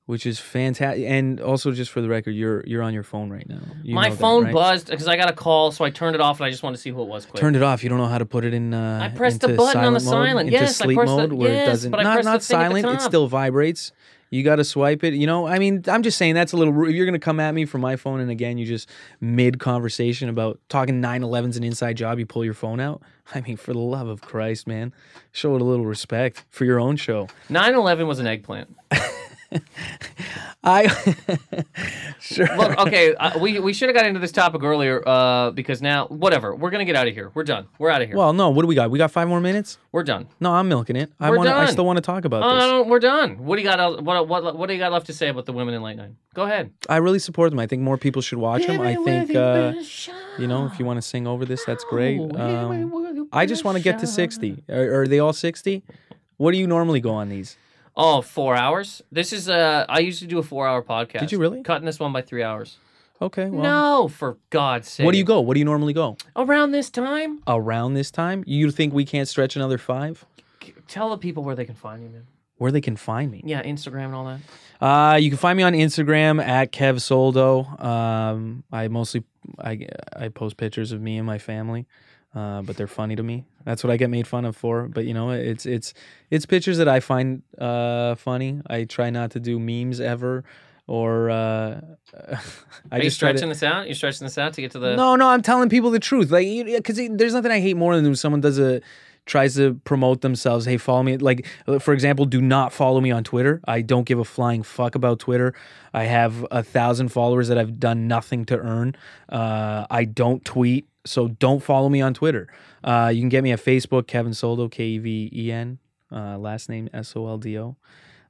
S2: which is fantastic and also just for the record you're you're on your phone right now You
S1: My
S2: know that,
S1: phone
S2: right?
S1: buzzed because I got a call, so I turned it off, and I just wanted to see who it was. Quick.
S2: turned it off. You don't know how to put it in. Uh,
S1: I pressed the
S2: into
S1: button on the
S2: mode,
S1: silent.
S2: Into
S1: Yes, I
S2: sleep
S1: pressed the-
S2: mode where
S1: yes,
S2: it doesn't.
S1: but I
S2: not
S1: pressed
S2: not
S1: the thing at the
S2: silent. It
S1: top.
S2: still vibrates. You got to swipe it. You know, I mean, I'm just saying that's a little. ru- If you're gonna come at me from my phone, and again, you just mid conversation about talking 9/11's an inside job, you pull your phone out. I mean, for the love of Christ, man, show it a little respect for your own show.
S1: 9/11 was an eggplant.
S2: I sure.
S1: Look, okay, uh, we we should have got into this topic earlier uh, because now whatever, we're gonna get out of here. We're done. We're out of here.
S2: Well, no. What do we got? We got five more minutes.
S1: we're done.
S2: No, I'm milking it. I
S1: We're
S2: want. I
S1: done. Oh,
S2: still want to talk about
S1: No,
S2: this.
S1: no, no, we're done. What do you got? Else, what what what do you got left to say about the women in late night? Go ahead.
S2: I really support them. I think more people should watch them. I think. Uh, you know, if you want to sing over this, that's great. Um, I just want to get to 60. Are, are they all 60? What do you normally go on these?
S1: Oh, four hours. This is uh, I used to do a four-hour podcast.
S2: Did you really?
S1: cutting this one by three hours?
S2: Okay, well.
S1: no, for God's sake.
S2: What do you go? What do you normally go?
S1: around this time?
S2: Around this time? You think we can't stretch another five?
S1: C- Tell the people where they can find you, man.
S2: Where they can find me?
S1: Yeah, Instagram and all that.
S2: Uh, you can find me on Instagram at Kev Soldo. Um, I mostly I, I post pictures of me and my family, uh, but they're funny to me. That's what I get made fun of for. But you know, it's it's it's pictures that I find uh, funny. I try not to do memes ever, or uh, I
S1: Are you
S2: just try to-
S1: stretching this out? You stretching this out to get to the?
S2: no, no, I'm telling people the truth. Like, because there's nothing I hate more than when someone does a tries to promote themselves. Hey, follow me. Like, uh, for example, do not follow me on Twitter. I don't give a flying fuck about Twitter. I have a thousand followers that I've done nothing to earn. Uh, I don't tweet, so don't follow me on Twitter. Uh, you can get me at Facebook, Kevin Soldo, K E V E N, uh, last name S O L D O.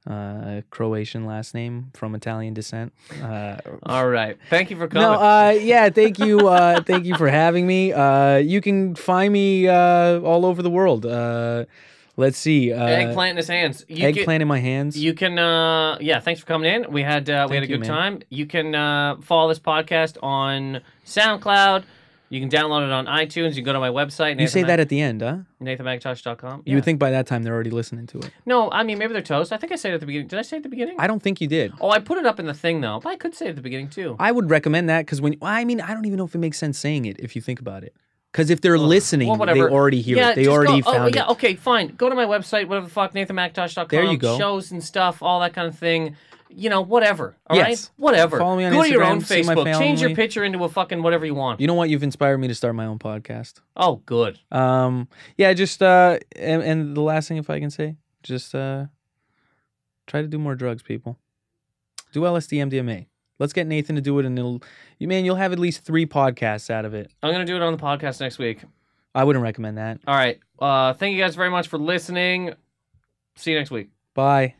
S2: Uh, Croatian last name from Italian descent. Uh,
S1: All right. Thank you for coming.
S2: no, uh, yeah, thank you, uh, thank you for having me. Uh, you can find me uh, all over the world. Uh, let's see, uh,
S1: eggplant in his hands. You
S2: eggplant
S1: Can,
S2: in my hands.
S1: you can. Uh, yeah. Thanks for coming in. We had uh, we had a
S2: Thank you,
S1: good
S2: man.
S1: time. You can uh, follow this podcast on SoundCloud. You can download it on iTunes. You can go to my website.
S2: You say that at the end, huh?
S1: NathanMcIntosh.com.
S2: You would think by that time they're already listening to it.
S1: No, I mean maybe they're toast. I think I said it at the beginning. Did I say it at the beginning?
S2: I don't think you did.
S1: oh, I put it up in the thing though. But I could say it at the beginning too.
S2: I would recommend that because when I mean, I don't even know if it makes sense saying it if you think about it. Because if they're listening,
S1: Well,
S2: they
S1: whatever.
S2: already hear
S1: yeah,
S2: it. They
S1: just
S2: already
S1: go,
S2: found
S1: oh, yeah,
S2: it.
S1: okay, fine. Go to my website, whatever the fuck, NathanMacIntosh.com.
S2: There you go.
S1: Shows and stuff, all that kind of thing. You know, whatever. All right,
S2: Yes.
S1: Whatever.
S2: Follow me on
S1: go to your
S2: Instagram,
S1: own
S2: see my
S1: Facebook. Change your
S2: family.
S1: picture into a fucking whatever you want.
S2: You know what? You've inspired me to start my own podcast.
S1: Oh, good.
S2: Um, yeah, just uh, and, and the last thing, if I can say, just uh, try to do more drugs, people. Do LSD, MDMA. Let's get Nathan to do it, and it'll, you man, you'll have at least three podcasts out of it.
S1: I'm going to do it on the podcast next week.
S2: I wouldn't recommend that.
S1: All right. Uh, thank you guys very much for listening. See you next week.
S2: Bye.